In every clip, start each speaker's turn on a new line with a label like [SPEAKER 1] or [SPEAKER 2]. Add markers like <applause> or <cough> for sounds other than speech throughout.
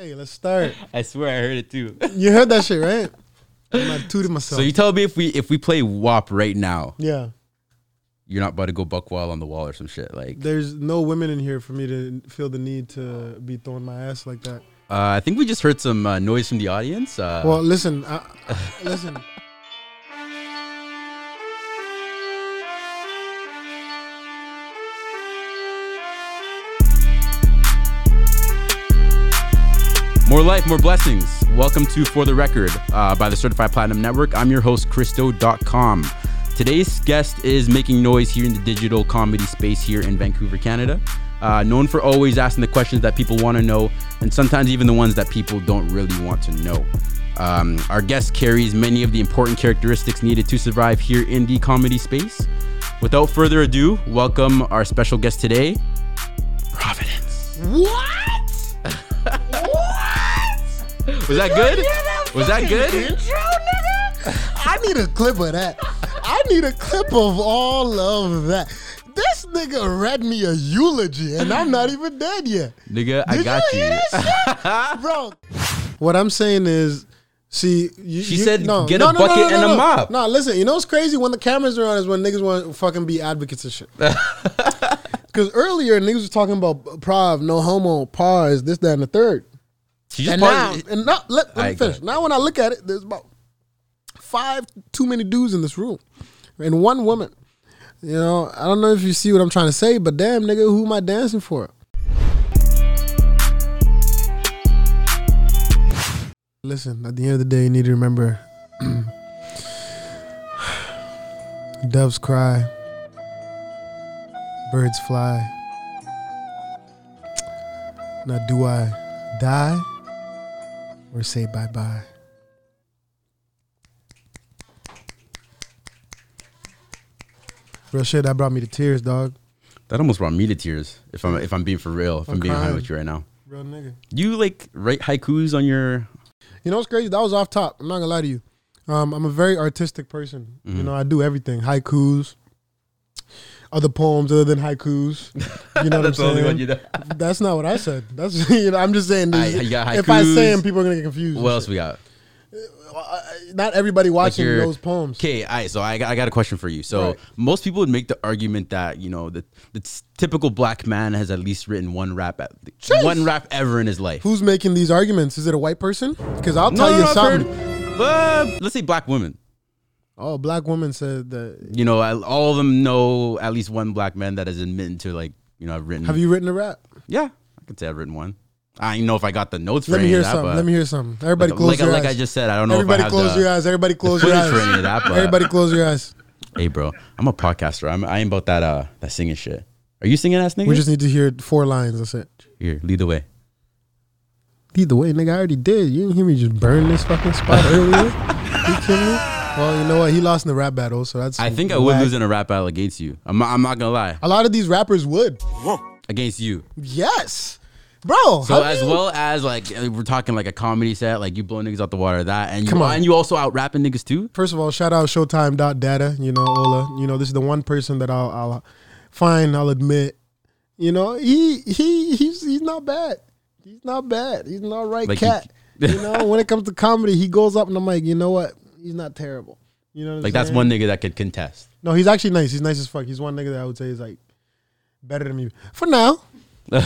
[SPEAKER 1] Hey, let's start.
[SPEAKER 2] I swear I heard it too.
[SPEAKER 1] You heard that shit, right? I'm not tooting myself.
[SPEAKER 2] <laughs> so you tell me if we if we play WAP right now,
[SPEAKER 1] yeah.
[SPEAKER 2] you're not about to go buck wild on the wall or some shit. Like uh,
[SPEAKER 1] There's no women in here for me to feel the need to be throwing my ass like that.
[SPEAKER 2] I think we just heard some uh, noise from the audience. Uh,
[SPEAKER 1] Well, listen,
[SPEAKER 2] <laughs>
[SPEAKER 1] I, I- listen.
[SPEAKER 2] More life, more blessings. Welcome to For the Record uh, by the Certified Platinum Network. I'm your host, Christo.com. Today's guest is making noise here in the digital comedy space here in Vancouver, Canada. Uh, known for always asking the questions that people want to know, and sometimes even the ones that people don't really want to know. Um, our guest carries many of the important characteristics needed to survive here in the comedy space. Without further ado, welcome our special guest today, Providence.
[SPEAKER 3] What? what?
[SPEAKER 2] Was that good?
[SPEAKER 3] Hear that
[SPEAKER 2] Was that
[SPEAKER 3] fucking
[SPEAKER 2] good?
[SPEAKER 3] Intro, nigga.
[SPEAKER 1] I need a clip of that. I need a clip of all of that. This nigga read me a eulogy, and I'm not even dead yet.
[SPEAKER 2] Nigga, I
[SPEAKER 1] Did
[SPEAKER 2] got
[SPEAKER 1] you
[SPEAKER 2] you.
[SPEAKER 1] hear
[SPEAKER 2] <laughs>
[SPEAKER 1] bro. What I'm saying is, see, you,
[SPEAKER 2] She
[SPEAKER 1] you-
[SPEAKER 2] said, "Get a bucket and a
[SPEAKER 1] no.
[SPEAKER 2] mop."
[SPEAKER 1] No, listen, you know what's crazy? When the cameras are on, is when niggas want to fucking be advocates and
[SPEAKER 2] <laughs>
[SPEAKER 1] shit. Because earlier niggas was talking about prov, no homo, pause, this, that, and the third.
[SPEAKER 2] She just
[SPEAKER 1] And now,
[SPEAKER 2] paused-
[SPEAKER 1] and now, let, let
[SPEAKER 2] I
[SPEAKER 1] me finish.
[SPEAKER 2] got it.
[SPEAKER 1] Now, when I look at it, there's about five too many dudes in this room, and one woman. You know, I don't know if you see what I'm trying to say, but damn, nigga, who am I dancing for? Listen, at the end of the day, you need to remember <clears throat> doves cry, birds fly. Now, do I die or say bye bye? Real shit, that brought me to tears, dog.
[SPEAKER 2] that almost brought me to tears. If I'm if I'm being for real, if I'm,
[SPEAKER 1] I'm
[SPEAKER 2] being honest
[SPEAKER 1] crying.
[SPEAKER 2] with you right now,
[SPEAKER 1] Real nigga.
[SPEAKER 2] you like write haikus on your.
[SPEAKER 1] You know what's crazy? That was off top. I'm not gonna lie to you. Um, I'm a very artistic person.
[SPEAKER 2] Mm-hmm.
[SPEAKER 1] You know, I do everything: haikus, other poems other than haikus. You
[SPEAKER 2] <laughs>
[SPEAKER 1] know what I'm
[SPEAKER 2] That's the only
[SPEAKER 1] saying?
[SPEAKER 2] one you know.
[SPEAKER 1] That's not what I said. That's <laughs> you know. I'm just saying.
[SPEAKER 2] I-
[SPEAKER 1] This,
[SPEAKER 2] you got
[SPEAKER 1] if I say
[SPEAKER 2] haikus.
[SPEAKER 1] them, people are gonna get confused. and
[SPEAKER 2] What else
[SPEAKER 1] shit.
[SPEAKER 2] we got?
[SPEAKER 1] Not everybody watching
[SPEAKER 2] your-
[SPEAKER 1] those poems.
[SPEAKER 2] Okay, I so I got, I got a question for you. So
[SPEAKER 1] Right.
[SPEAKER 2] most people would make the argument that you know the the s- typical black man has at least written one rap at one rap ever in his life.
[SPEAKER 1] Who's making these arguments? Is it a white person? Because I'll tell you
[SPEAKER 2] I've
[SPEAKER 1] something.
[SPEAKER 2] heard- uh, let's say black women.
[SPEAKER 1] Oh, a black woman said that.
[SPEAKER 2] You know, I, all of them know at least one black man that has admitted to like you know I've written.
[SPEAKER 1] Have you written a rap?
[SPEAKER 2] Yeah, I could say I've written one. I don't know if I got the notes for
[SPEAKER 1] Let me
[SPEAKER 2] any
[SPEAKER 1] hear
[SPEAKER 2] of that,
[SPEAKER 1] something.
[SPEAKER 2] but
[SPEAKER 1] Let me hear something. Everybody
[SPEAKER 2] like,
[SPEAKER 1] close
[SPEAKER 2] like,
[SPEAKER 1] your
[SPEAKER 2] like
[SPEAKER 1] eyes.
[SPEAKER 2] I just said, I don't know
[SPEAKER 1] Everybody
[SPEAKER 2] if I
[SPEAKER 1] close
[SPEAKER 2] have the,
[SPEAKER 1] your eyes. Everybody close your
[SPEAKER 2] footage
[SPEAKER 1] eyes.
[SPEAKER 2] for any of that, but-
[SPEAKER 1] Everybody close your eyes.
[SPEAKER 2] Hey, bro, I'm a podcaster. I'm I ain't about that uh that singing shit. Are you singing ass nigga?
[SPEAKER 1] We just need to hear four lines. That's it.
[SPEAKER 2] Here, lead the way.
[SPEAKER 1] Lead the way, nigga. I already did. You didn't hear me just burn this fucking
[SPEAKER 2] <laughs>
[SPEAKER 1] spot earlier. You kidding me? Well, you know what? He lost in the rap battle, so that's.
[SPEAKER 2] I think I would
[SPEAKER 1] whack.
[SPEAKER 2] lose in a rap battle against you. I'm not- I'm not gonna lie,
[SPEAKER 1] A lot of these rappers would.
[SPEAKER 2] against you.
[SPEAKER 1] Yes, bro.
[SPEAKER 2] So
[SPEAKER 1] how
[SPEAKER 2] as
[SPEAKER 1] do you-
[SPEAKER 2] well as like uh, we're talking like a comedy set, like you blowing niggas out the water, that and you
[SPEAKER 1] Come on.
[SPEAKER 2] and you also out rapping niggas too.
[SPEAKER 1] First of all, shout out Showtime.data. You know, Ola. You know, this is the one person that I'll, I'll find, I'll admit. You know, he he he's he's not bad. He's not bad. He's not right
[SPEAKER 2] Like he- <laughs>
[SPEAKER 1] cat. you know, when it comes to comedy, he goes up and I'm like, you know what? He's not terrible. You know, what I'm
[SPEAKER 2] Like that's
[SPEAKER 1] saying?
[SPEAKER 2] one nigga that could contest.
[SPEAKER 1] No, he's actually nice. He's nice as fuck. He's one nigga that I would say is like better than me for
[SPEAKER 2] <laughs>
[SPEAKER 1] now.
[SPEAKER 2] Hey,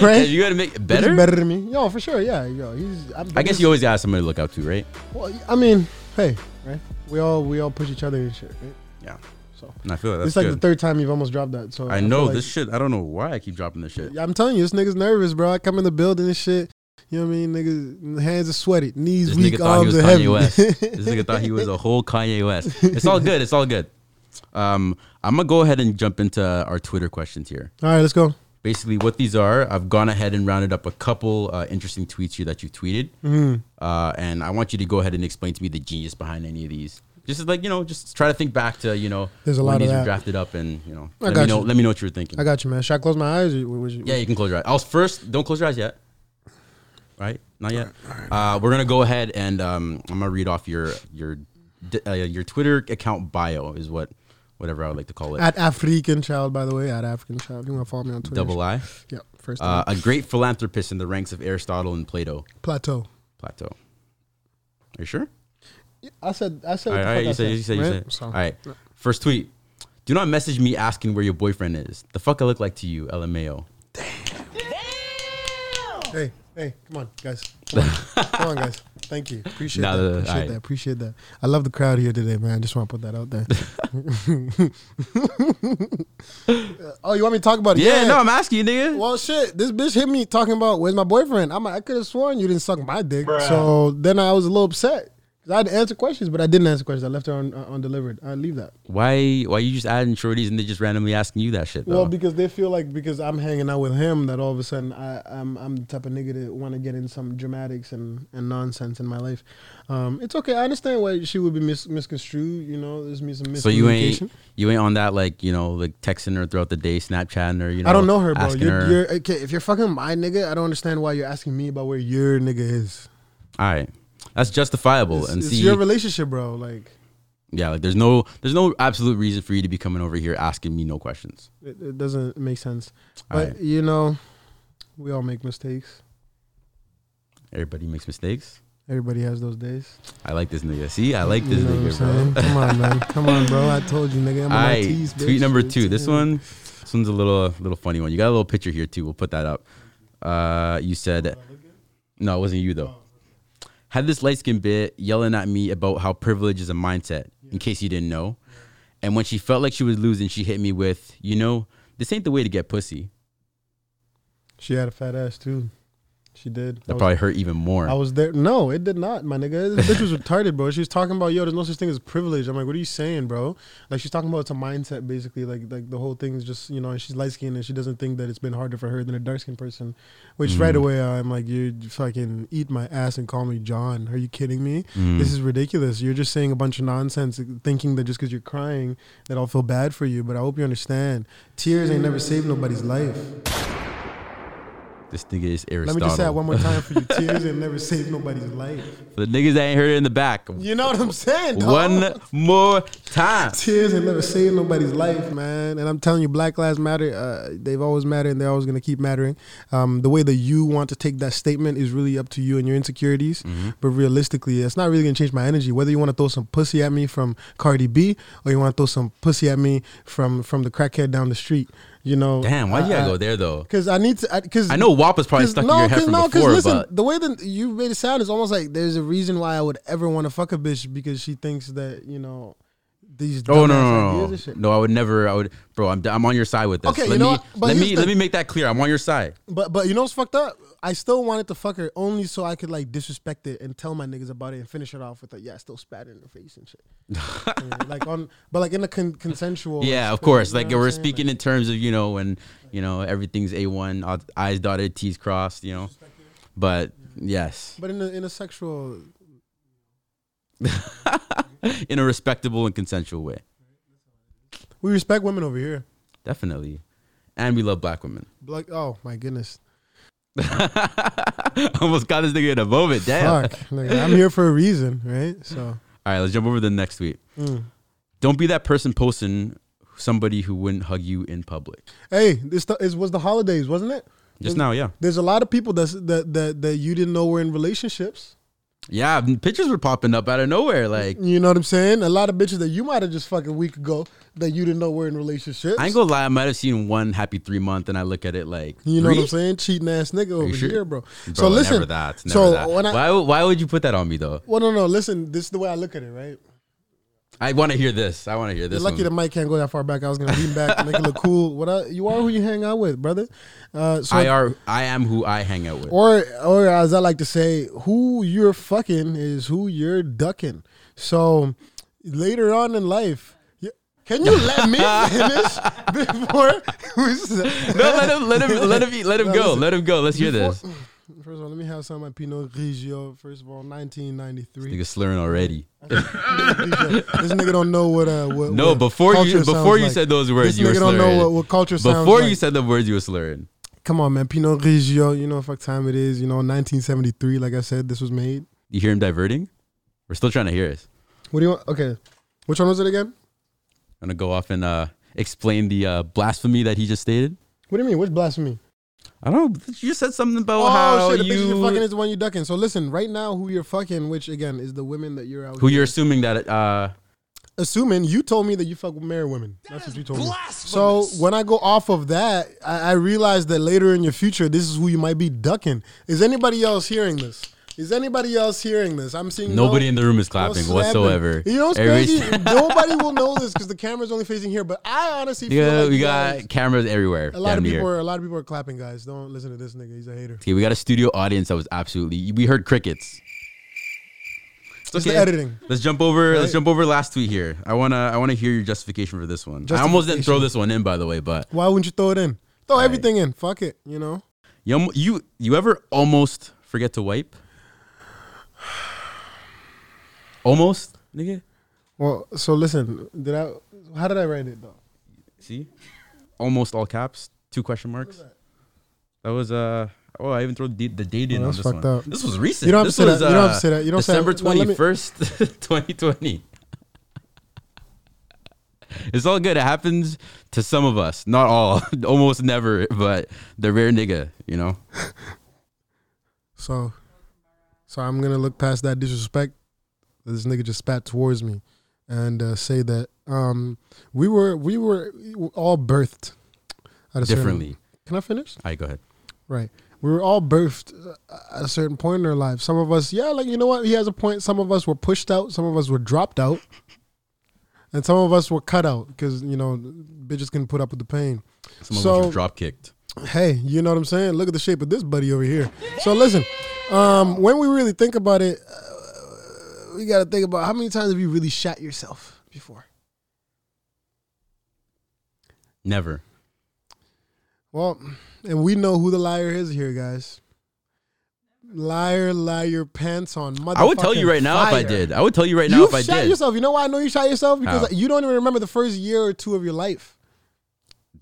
[SPEAKER 1] right?
[SPEAKER 2] you gotta make it
[SPEAKER 1] He's
[SPEAKER 2] better.
[SPEAKER 1] better than me. Yo, for sure. Yeah. Yo, he's. I'm,
[SPEAKER 2] I guess you always got somebody to look out to, right?
[SPEAKER 1] Well, I mean, hey, right? We all we all push each other and shit, right?
[SPEAKER 2] Yeah.
[SPEAKER 1] So
[SPEAKER 2] And I feel like
[SPEAKER 1] it's
[SPEAKER 2] that's
[SPEAKER 1] like
[SPEAKER 2] good.
[SPEAKER 1] the third time you've almost dropped that. So
[SPEAKER 2] I know
[SPEAKER 1] feel
[SPEAKER 2] this
[SPEAKER 1] like-
[SPEAKER 2] shit. I don't know why I keep dropping this shit.
[SPEAKER 1] Yeah, I'm telling you, this nigga's nervous, bro. I come in the building and shit. You know what I mean? Niggas hands are sweaty, knees
[SPEAKER 2] This
[SPEAKER 1] weak,
[SPEAKER 2] nigga thought he
[SPEAKER 1] arms
[SPEAKER 2] was
[SPEAKER 1] are
[SPEAKER 2] Kanye
[SPEAKER 1] heavy.
[SPEAKER 2] West. This nigga thought he was a whole Kanye West. It's all good. It's all good. Um, I'm gonna go ahead and jump into our Twitter questions here.
[SPEAKER 1] <laughs> all right, let's go.
[SPEAKER 2] Basically, what these are, I've gone ahead and rounded up a couple uh, interesting tweets here that you tweeted,
[SPEAKER 1] Mm-hmm.
[SPEAKER 2] uh, and I want you to go ahead and explain to me the genius behind any of these. Just like you know, just try to think back to you know
[SPEAKER 1] There's a
[SPEAKER 2] when
[SPEAKER 1] lot of
[SPEAKER 2] these were
[SPEAKER 1] that.
[SPEAKER 2] drafted up, and you know,
[SPEAKER 1] I
[SPEAKER 2] let me
[SPEAKER 1] got
[SPEAKER 2] know.
[SPEAKER 1] you.
[SPEAKER 2] Let me know what you were thinking.
[SPEAKER 1] I got you, man. Should I close my eyes? Or what was you,
[SPEAKER 2] Yeah, you can close your eyes. I was first. Don't close your eyes yet. All right? Not yet. Uh, we're gonna go ahead and um, I'm gonna read off your your d- uh, your Twitter account bio is what whatever I would like to call it.
[SPEAKER 1] At African child, by the way, at African child. You want to follow me on Twitter?
[SPEAKER 2] Double I.
[SPEAKER 1] Yep. First
[SPEAKER 2] uh,
[SPEAKER 1] time.
[SPEAKER 2] a great philanthropist in the ranks of Aristotle and Plato.
[SPEAKER 1] Plateau.
[SPEAKER 2] Plato. Are you sure?
[SPEAKER 1] I said. I said.
[SPEAKER 2] All
[SPEAKER 1] what the fuck
[SPEAKER 2] right, all right,
[SPEAKER 1] I
[SPEAKER 2] you say, you say, you say.
[SPEAKER 1] right? So,
[SPEAKER 2] All right. First tweet. Do not message me asking where your boyfriend is. The fuck I look like to you, LMAO.
[SPEAKER 3] Damn!
[SPEAKER 1] Hey, hey, come on,
[SPEAKER 2] <laughs>
[SPEAKER 1] guys. Come on, Come on, guys. Thank you. Appreciate
[SPEAKER 2] Nah,
[SPEAKER 1] that.
[SPEAKER 2] nah, nah,
[SPEAKER 1] Appreciate
[SPEAKER 2] alright.
[SPEAKER 1] that. Appreciate that. I love the crowd here today, man. I just want to put that out
[SPEAKER 2] <laughs>
[SPEAKER 1] there. oh, you want me to talk about it?
[SPEAKER 2] Yeah, no, I'm asking you, nigga.
[SPEAKER 1] Well, shit, this bitch hit me talking about where's my boyfriend. I'm like, I could have sworn you didn't suck my dick. So then I was a little upset because I had to answer questions, but I didn't answer questions. I left her on uh, undelivered. I leave that.
[SPEAKER 2] Why? Why you just adding shorties and they just randomly asking you that shit? Though?
[SPEAKER 1] Well, because they feel like because I'm hanging out with him that all of a sudden I, I'm I'm the type of nigga that want to get in some dramatics and, and nonsense in my life. Um, it's okay. I understand why she would be mis- misconstrued. You know, there's me some miscommunication.
[SPEAKER 2] so you ain't you ain't on that like you know like texting her throughout the day, Snapchatting her. You know,
[SPEAKER 1] I don't know her, bro.
[SPEAKER 2] asking
[SPEAKER 1] You're,
[SPEAKER 2] her-
[SPEAKER 1] you're okay. If you're fucking my nigga, I don't understand why you're asking me about where your nigga is.
[SPEAKER 2] All right, that's justifiable.
[SPEAKER 1] It's,
[SPEAKER 2] and
[SPEAKER 1] it's
[SPEAKER 2] see,
[SPEAKER 1] your relationship, bro. Like
[SPEAKER 2] yeah, like there's no there's no absolute reason for you to be coming over here asking me no questions.
[SPEAKER 1] it, it doesn't make sense.
[SPEAKER 2] All
[SPEAKER 1] But
[SPEAKER 2] right.
[SPEAKER 1] you know, we all make mistakes.
[SPEAKER 2] Everybody makes mistakes.
[SPEAKER 1] Everybody has those days.
[SPEAKER 2] I like this nigga. See, I like this
[SPEAKER 1] You know what
[SPEAKER 2] nigga,
[SPEAKER 1] I'm
[SPEAKER 2] bro.
[SPEAKER 1] saying? Come on,
[SPEAKER 2] <laughs>
[SPEAKER 1] man. Come on, bro. I told you, nigga. I'm
[SPEAKER 2] All
[SPEAKER 1] on my
[SPEAKER 2] right,
[SPEAKER 1] tease, bitch.
[SPEAKER 2] tweet number two. This
[SPEAKER 1] Yeah.
[SPEAKER 2] one, this one's a little little funny one. You got a little picture here too. We'll put that up. Uh, you said, no, it wasn't you though. Had this light skinned bit yelling at me about how privilege is a mindset. In case you didn't know, and when she felt like she was losing, she hit me with, you know, this ain't the way to get pussy.
[SPEAKER 1] She had a fat ass too. She did. I
[SPEAKER 2] That
[SPEAKER 1] was,
[SPEAKER 2] probably hurt even more.
[SPEAKER 1] I was there. No, it did not, my nigga. This bitch was retarded, bro. She was talking about, yo, there's no such thing as privilege. I'm like, what are you saying, bro? Like she's talking about it's a mindset, basically. Like like the whole thing is just, you know, and she's light skinned and she doesn't think that it's been harder for her than a dark skinned person. Which right away I'm like, you fucking eat my ass and call me John. Are you kidding me? This is ridiculous. You're just saying a bunch of nonsense, thinking that just because you're crying that I'll feel bad for you. But I hope you understand. Tears ain't never saved nobody's life.
[SPEAKER 2] this nigga is
[SPEAKER 1] Let
[SPEAKER 2] Aristotle.
[SPEAKER 1] me just say that one more time for you. Tears ain't never saved nobody's life.
[SPEAKER 2] For <laughs> the niggas that ain't heard it in the back.
[SPEAKER 1] <laughs> You know what I'm saying? dawg?
[SPEAKER 2] One more time.
[SPEAKER 1] Tears ain't never saved nobody's life, man. And I'm telling you, Black Lives Matter. Uh, they've always mattered, and they're always gonna keep mattering. Um, the way that you want to take that statement is really up to you and your insecurities.
[SPEAKER 2] Mm-hmm.
[SPEAKER 1] But realistically, it's not really gonna change my energy. Whether you want to throw some pussy at me from Cardi B, or you want to throw some pussy at me from from the crackhead down the street, you know.
[SPEAKER 2] Damn, why do you gotta
[SPEAKER 1] I-
[SPEAKER 2] go there though?
[SPEAKER 1] Because I need to. Because
[SPEAKER 2] I know WAP was probably stuck in your head from before, but
[SPEAKER 1] the way that you made it sound is almost like there's a reason why I would ever want to fuck a bitch because she thinks that you know these.
[SPEAKER 2] Oh no,
[SPEAKER 1] dumbass
[SPEAKER 2] no, no,
[SPEAKER 1] ideas
[SPEAKER 2] no,
[SPEAKER 1] and shit.
[SPEAKER 2] no! I would never. I would, bro. I'm, I'm on your side with this.
[SPEAKER 1] Okay,
[SPEAKER 2] let
[SPEAKER 1] you
[SPEAKER 2] me,
[SPEAKER 1] know what? But
[SPEAKER 2] let
[SPEAKER 1] here's
[SPEAKER 2] me,
[SPEAKER 1] the-
[SPEAKER 2] let me make that clear. I'm on your side.
[SPEAKER 1] But but you know what's fucked up? I still wanted to fuck her only so I could like disrespect it and tell my niggas about it and finish it off with a yeah, I still spat in her face and
[SPEAKER 2] <laughs>
[SPEAKER 1] shit. You know, like on, but like in a con- consensual.
[SPEAKER 2] Yeah, of
[SPEAKER 1] spirit,
[SPEAKER 2] course.
[SPEAKER 1] you know
[SPEAKER 2] Like
[SPEAKER 1] what I'm
[SPEAKER 2] we're
[SPEAKER 1] saying?
[SPEAKER 2] speaking in terms of you know when you know everything's a one, I's dotted, T's crossed. You know, but yes, <laughs>
[SPEAKER 1] But in a in a sexual,
[SPEAKER 2] in a respectable and consensual way,
[SPEAKER 1] we respect women over here.
[SPEAKER 2] definitely. And we love black women. <laughs>
[SPEAKER 1] Like oh my goodness,
[SPEAKER 2] Almost got this nigga in a moment. Damn.
[SPEAKER 1] fuck! Like, I'm here for a reason, right? So mm.
[SPEAKER 2] All right, let's jump over to the next tweet. Don't be that person posting somebody who wouldn't hug you in public.
[SPEAKER 1] hey, this the, it was the holidays, wasn't it?
[SPEAKER 2] Just now, yeah.
[SPEAKER 1] There's a lot of people that's, that that that you didn't know were in relationships.
[SPEAKER 2] Yeah, pictures were popping up out of nowhere. Like,
[SPEAKER 1] You know what I'm saying? A lot of bitches that you might have just fucking a week ago that you didn't know were in relationships.
[SPEAKER 2] I ain't gonna lie, I might have seen one happy three month, and I look at it like,
[SPEAKER 1] you know
[SPEAKER 2] three?
[SPEAKER 1] what I'm saying? Cheating ass nigga over
[SPEAKER 2] sure?
[SPEAKER 1] here, bro.
[SPEAKER 2] Bro,
[SPEAKER 1] so listen,
[SPEAKER 2] never that. Never
[SPEAKER 1] so
[SPEAKER 2] that.
[SPEAKER 1] when I
[SPEAKER 2] why, why would you put that on me though?
[SPEAKER 1] well, no, no, listen. This is the way I look at it, right?
[SPEAKER 2] I want to hear this. I want to hear this.
[SPEAKER 1] You're lucky
[SPEAKER 2] one.
[SPEAKER 1] the mic can't go that far back. I was gonna lean back, and make it look cool. What I, you are who you hang out with, brother. Uh, so
[SPEAKER 2] I are I am who I hang out with.
[SPEAKER 1] or or as I like to say, who you're fucking is who you're ducking. So later on in life, y- can you let
[SPEAKER 2] <laughs>
[SPEAKER 1] me finish before?
[SPEAKER 2] <laughs> no, let him let him let him let him
[SPEAKER 1] <laughs> No,
[SPEAKER 2] go.
[SPEAKER 1] listen.
[SPEAKER 2] let him go. Let's hear this.
[SPEAKER 1] First of all, let me have some of my Pinot Grigio. First of all, 1993.
[SPEAKER 2] Nigga slurring already.
[SPEAKER 1] this nigga don't know what uh what
[SPEAKER 2] No,
[SPEAKER 1] what
[SPEAKER 2] before you
[SPEAKER 1] culture
[SPEAKER 2] before
[SPEAKER 1] sounds
[SPEAKER 2] you
[SPEAKER 1] like.
[SPEAKER 2] said those words,
[SPEAKER 1] This
[SPEAKER 2] you were
[SPEAKER 1] nigga don't
[SPEAKER 2] slurring.
[SPEAKER 1] know what, what culture sounds
[SPEAKER 2] before
[SPEAKER 1] like.
[SPEAKER 2] you said the words, you were slurring.
[SPEAKER 1] Come on, man, Pinot Grigio. You know what fuck time it is. You know, 1973. Like I said, this was made.
[SPEAKER 2] You hear him diverting? We're still trying to hear us.
[SPEAKER 1] What do you want? Okay, which one was it again?
[SPEAKER 2] I'm gonna go off and uh, explain the uh, blasphemy that he just stated.
[SPEAKER 1] What do you mean? Which blasphemy?
[SPEAKER 2] I don't. know. You said something about
[SPEAKER 1] Oh,
[SPEAKER 2] how
[SPEAKER 1] shit, the bitches
[SPEAKER 2] you
[SPEAKER 1] you're fucking is the one you're ducking. So listen, right now, who you're fucking, which again is the women that you're out.
[SPEAKER 2] who
[SPEAKER 1] here-
[SPEAKER 2] you're assuming that uh
[SPEAKER 1] assuming you told me that you fuck with married women. That's what you told me. So when I go off of that, I, I realize that later in your future, this is who you might be ducking. Is anybody else hearing this? Is anybody else hearing this? I'm seeing no-
[SPEAKER 2] nobody in the room is
[SPEAKER 1] no
[SPEAKER 2] clapping
[SPEAKER 1] slapping.
[SPEAKER 2] whatsoever.
[SPEAKER 1] You know what's
[SPEAKER 2] Every-
[SPEAKER 1] crazy?
[SPEAKER 2] <laughs>
[SPEAKER 1] Nobody will know this because the camera's only facing here. But I honestly feel
[SPEAKER 2] Yeah,
[SPEAKER 1] like
[SPEAKER 2] we
[SPEAKER 1] you
[SPEAKER 2] got
[SPEAKER 1] guys-
[SPEAKER 2] cameras everywhere.
[SPEAKER 1] a lot
[SPEAKER 2] damn
[SPEAKER 1] of
[SPEAKER 2] near.
[SPEAKER 1] people. Are, a lot of people are clapping, guys. Don't listen to this nigga. He's a hater.
[SPEAKER 2] Okay, we got a studio audience that was absolutely. We heard crickets. It's
[SPEAKER 1] the editing.
[SPEAKER 2] Let's jump over. Let's
[SPEAKER 1] Right.
[SPEAKER 2] jump over last tweet here. I wanna. I wanna hear your justification for this one. I almost didn't throw
[SPEAKER 1] Justification.
[SPEAKER 2] this one in, by the way. But
[SPEAKER 1] Why wouldn't you throw it in? Throw everything in. Fuck it. You know.
[SPEAKER 2] you almo- you you ever almost forget to wipe? <sighs> Almost, nigga.
[SPEAKER 1] Well, so listen. Did I? How did I write it though?
[SPEAKER 2] See, almost all caps. Two question marks. That? was uh. Oh, I even threw the, the date in
[SPEAKER 1] Oh,
[SPEAKER 2] on
[SPEAKER 1] that's
[SPEAKER 2] this
[SPEAKER 1] fucked
[SPEAKER 2] one.
[SPEAKER 1] up.
[SPEAKER 2] This was recent.
[SPEAKER 1] You don't have
[SPEAKER 2] This
[SPEAKER 1] to say
[SPEAKER 2] was,
[SPEAKER 1] that. You don't have to
[SPEAKER 2] uh,
[SPEAKER 1] say that. You don't say that.
[SPEAKER 2] December
[SPEAKER 1] No, let me-
[SPEAKER 2] twenty first, <laughs> twenty twenty. It's all good. It happens to some of us, not all, <laughs> almost never, but the rare nigga, you know.
[SPEAKER 1] So, so I'm gonna look past that disrespect that this nigga just spat towards me, and uh, say that um, we were we were all birthed at a certain-
[SPEAKER 2] Differently.
[SPEAKER 1] Can I finish?
[SPEAKER 2] All right, go ahead.
[SPEAKER 1] Right. We were all birthed uh, at a certain point in our lives. Some of us, yeah, like you know what, he has a point. Some of us were pushed out. Some of us were dropped out, and some of us were cut out because you know bitches can put up with the pain.
[SPEAKER 2] Some of us
[SPEAKER 1] So-
[SPEAKER 2] were drop kicked.
[SPEAKER 1] Hey, you know what I'm saying? Look at the shape of this buddy over here. So listen, um, when we really think about it, uh, we got to think about how many times have you really shot yourself before?
[SPEAKER 2] Never.
[SPEAKER 1] Well, and we know who the liar is here, guys. Liar, liar, pants on.
[SPEAKER 2] I would tell you
[SPEAKER 1] motherfucking
[SPEAKER 2] right now if I
[SPEAKER 1] fire.
[SPEAKER 2] did. I would tell you right now
[SPEAKER 1] you
[SPEAKER 2] if I
[SPEAKER 1] shot
[SPEAKER 2] did.
[SPEAKER 1] yourself. You know why I know you shot yourself? Because
[SPEAKER 2] How?
[SPEAKER 1] you don't even remember the first year or two of your life.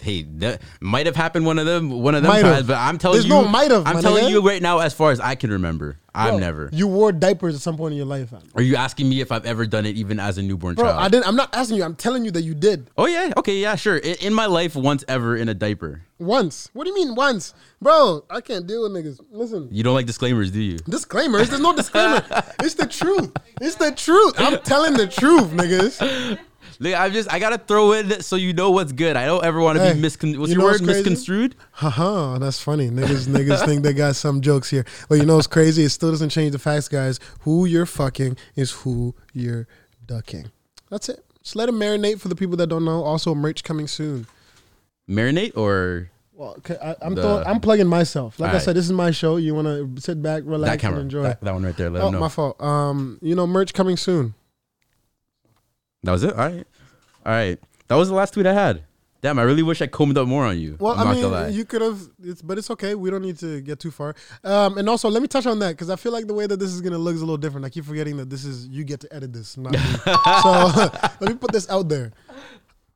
[SPEAKER 2] Hey, that might have happened one of them, one of them
[SPEAKER 1] Might have.
[SPEAKER 2] times, but I'm telling
[SPEAKER 1] There's
[SPEAKER 2] you,
[SPEAKER 1] no might have,
[SPEAKER 2] I'm
[SPEAKER 1] my
[SPEAKER 2] telling
[SPEAKER 1] nigga.
[SPEAKER 2] you right now, as far as I can remember, I'm
[SPEAKER 1] Bro,
[SPEAKER 2] never.
[SPEAKER 1] You wore diapers at some point in your life.
[SPEAKER 2] Are you asking me if I've ever done it, even as a newborn
[SPEAKER 1] Bro,
[SPEAKER 2] child?
[SPEAKER 1] I didn't I'm not asking you. I'm telling you that you did.
[SPEAKER 2] oh yeah, okay, yeah, sure. In, in my life, once ever in a diaper.
[SPEAKER 1] Once. What do you mean once? Bro, I can't deal with niggas. Listen.
[SPEAKER 2] You don't like disclaimers, do you?
[SPEAKER 1] Disclaimers. There's no
[SPEAKER 2] <laughs>
[SPEAKER 1] disclaimer. it's the truth. It's the truth. I'm telling the truth, niggas.
[SPEAKER 2] Look, I just I gotta throw in so you know what's good. I don't ever want to
[SPEAKER 1] Hey,
[SPEAKER 2] be miscon. What's
[SPEAKER 1] you
[SPEAKER 2] your
[SPEAKER 1] know
[SPEAKER 2] word?
[SPEAKER 1] what's crazy?
[SPEAKER 2] Misconstrued.
[SPEAKER 1] Haha, that's funny. Niggas, niggas think they got some jokes here. But you know what's crazy? It still doesn't change the facts, guys. Who you're fucking is who you're ducking. That's it. Just let it marinate for the people that don't know. Also, merch coming soon.
[SPEAKER 2] Marinate or
[SPEAKER 1] Well, okay, I, I'm
[SPEAKER 2] The-
[SPEAKER 1] throwing, I'm plugging myself. Like I
[SPEAKER 2] Alright.
[SPEAKER 1] said, this is my show. You want to sit back, relax,
[SPEAKER 2] that camera?
[SPEAKER 1] and enjoy.
[SPEAKER 2] That, that one right there.
[SPEAKER 1] oh,
[SPEAKER 2] Let them know.
[SPEAKER 1] my fault. Um, you know, merch coming soon.
[SPEAKER 2] that was it. All right, all right. That was the last tweet I had. Damn, I really wish I combed up more on you.
[SPEAKER 1] Well,
[SPEAKER 2] I'm
[SPEAKER 1] i
[SPEAKER 2] not gonna lie.
[SPEAKER 1] mean, you could have, it's, but it's okay. We don't need to get too far. Um, and also, let me touch on that because I feel like the way that this is gonna look is a little different. I keep forgetting that this is you get to edit this, not me.
[SPEAKER 2] <laughs>
[SPEAKER 1] so <laughs> let me put this out there.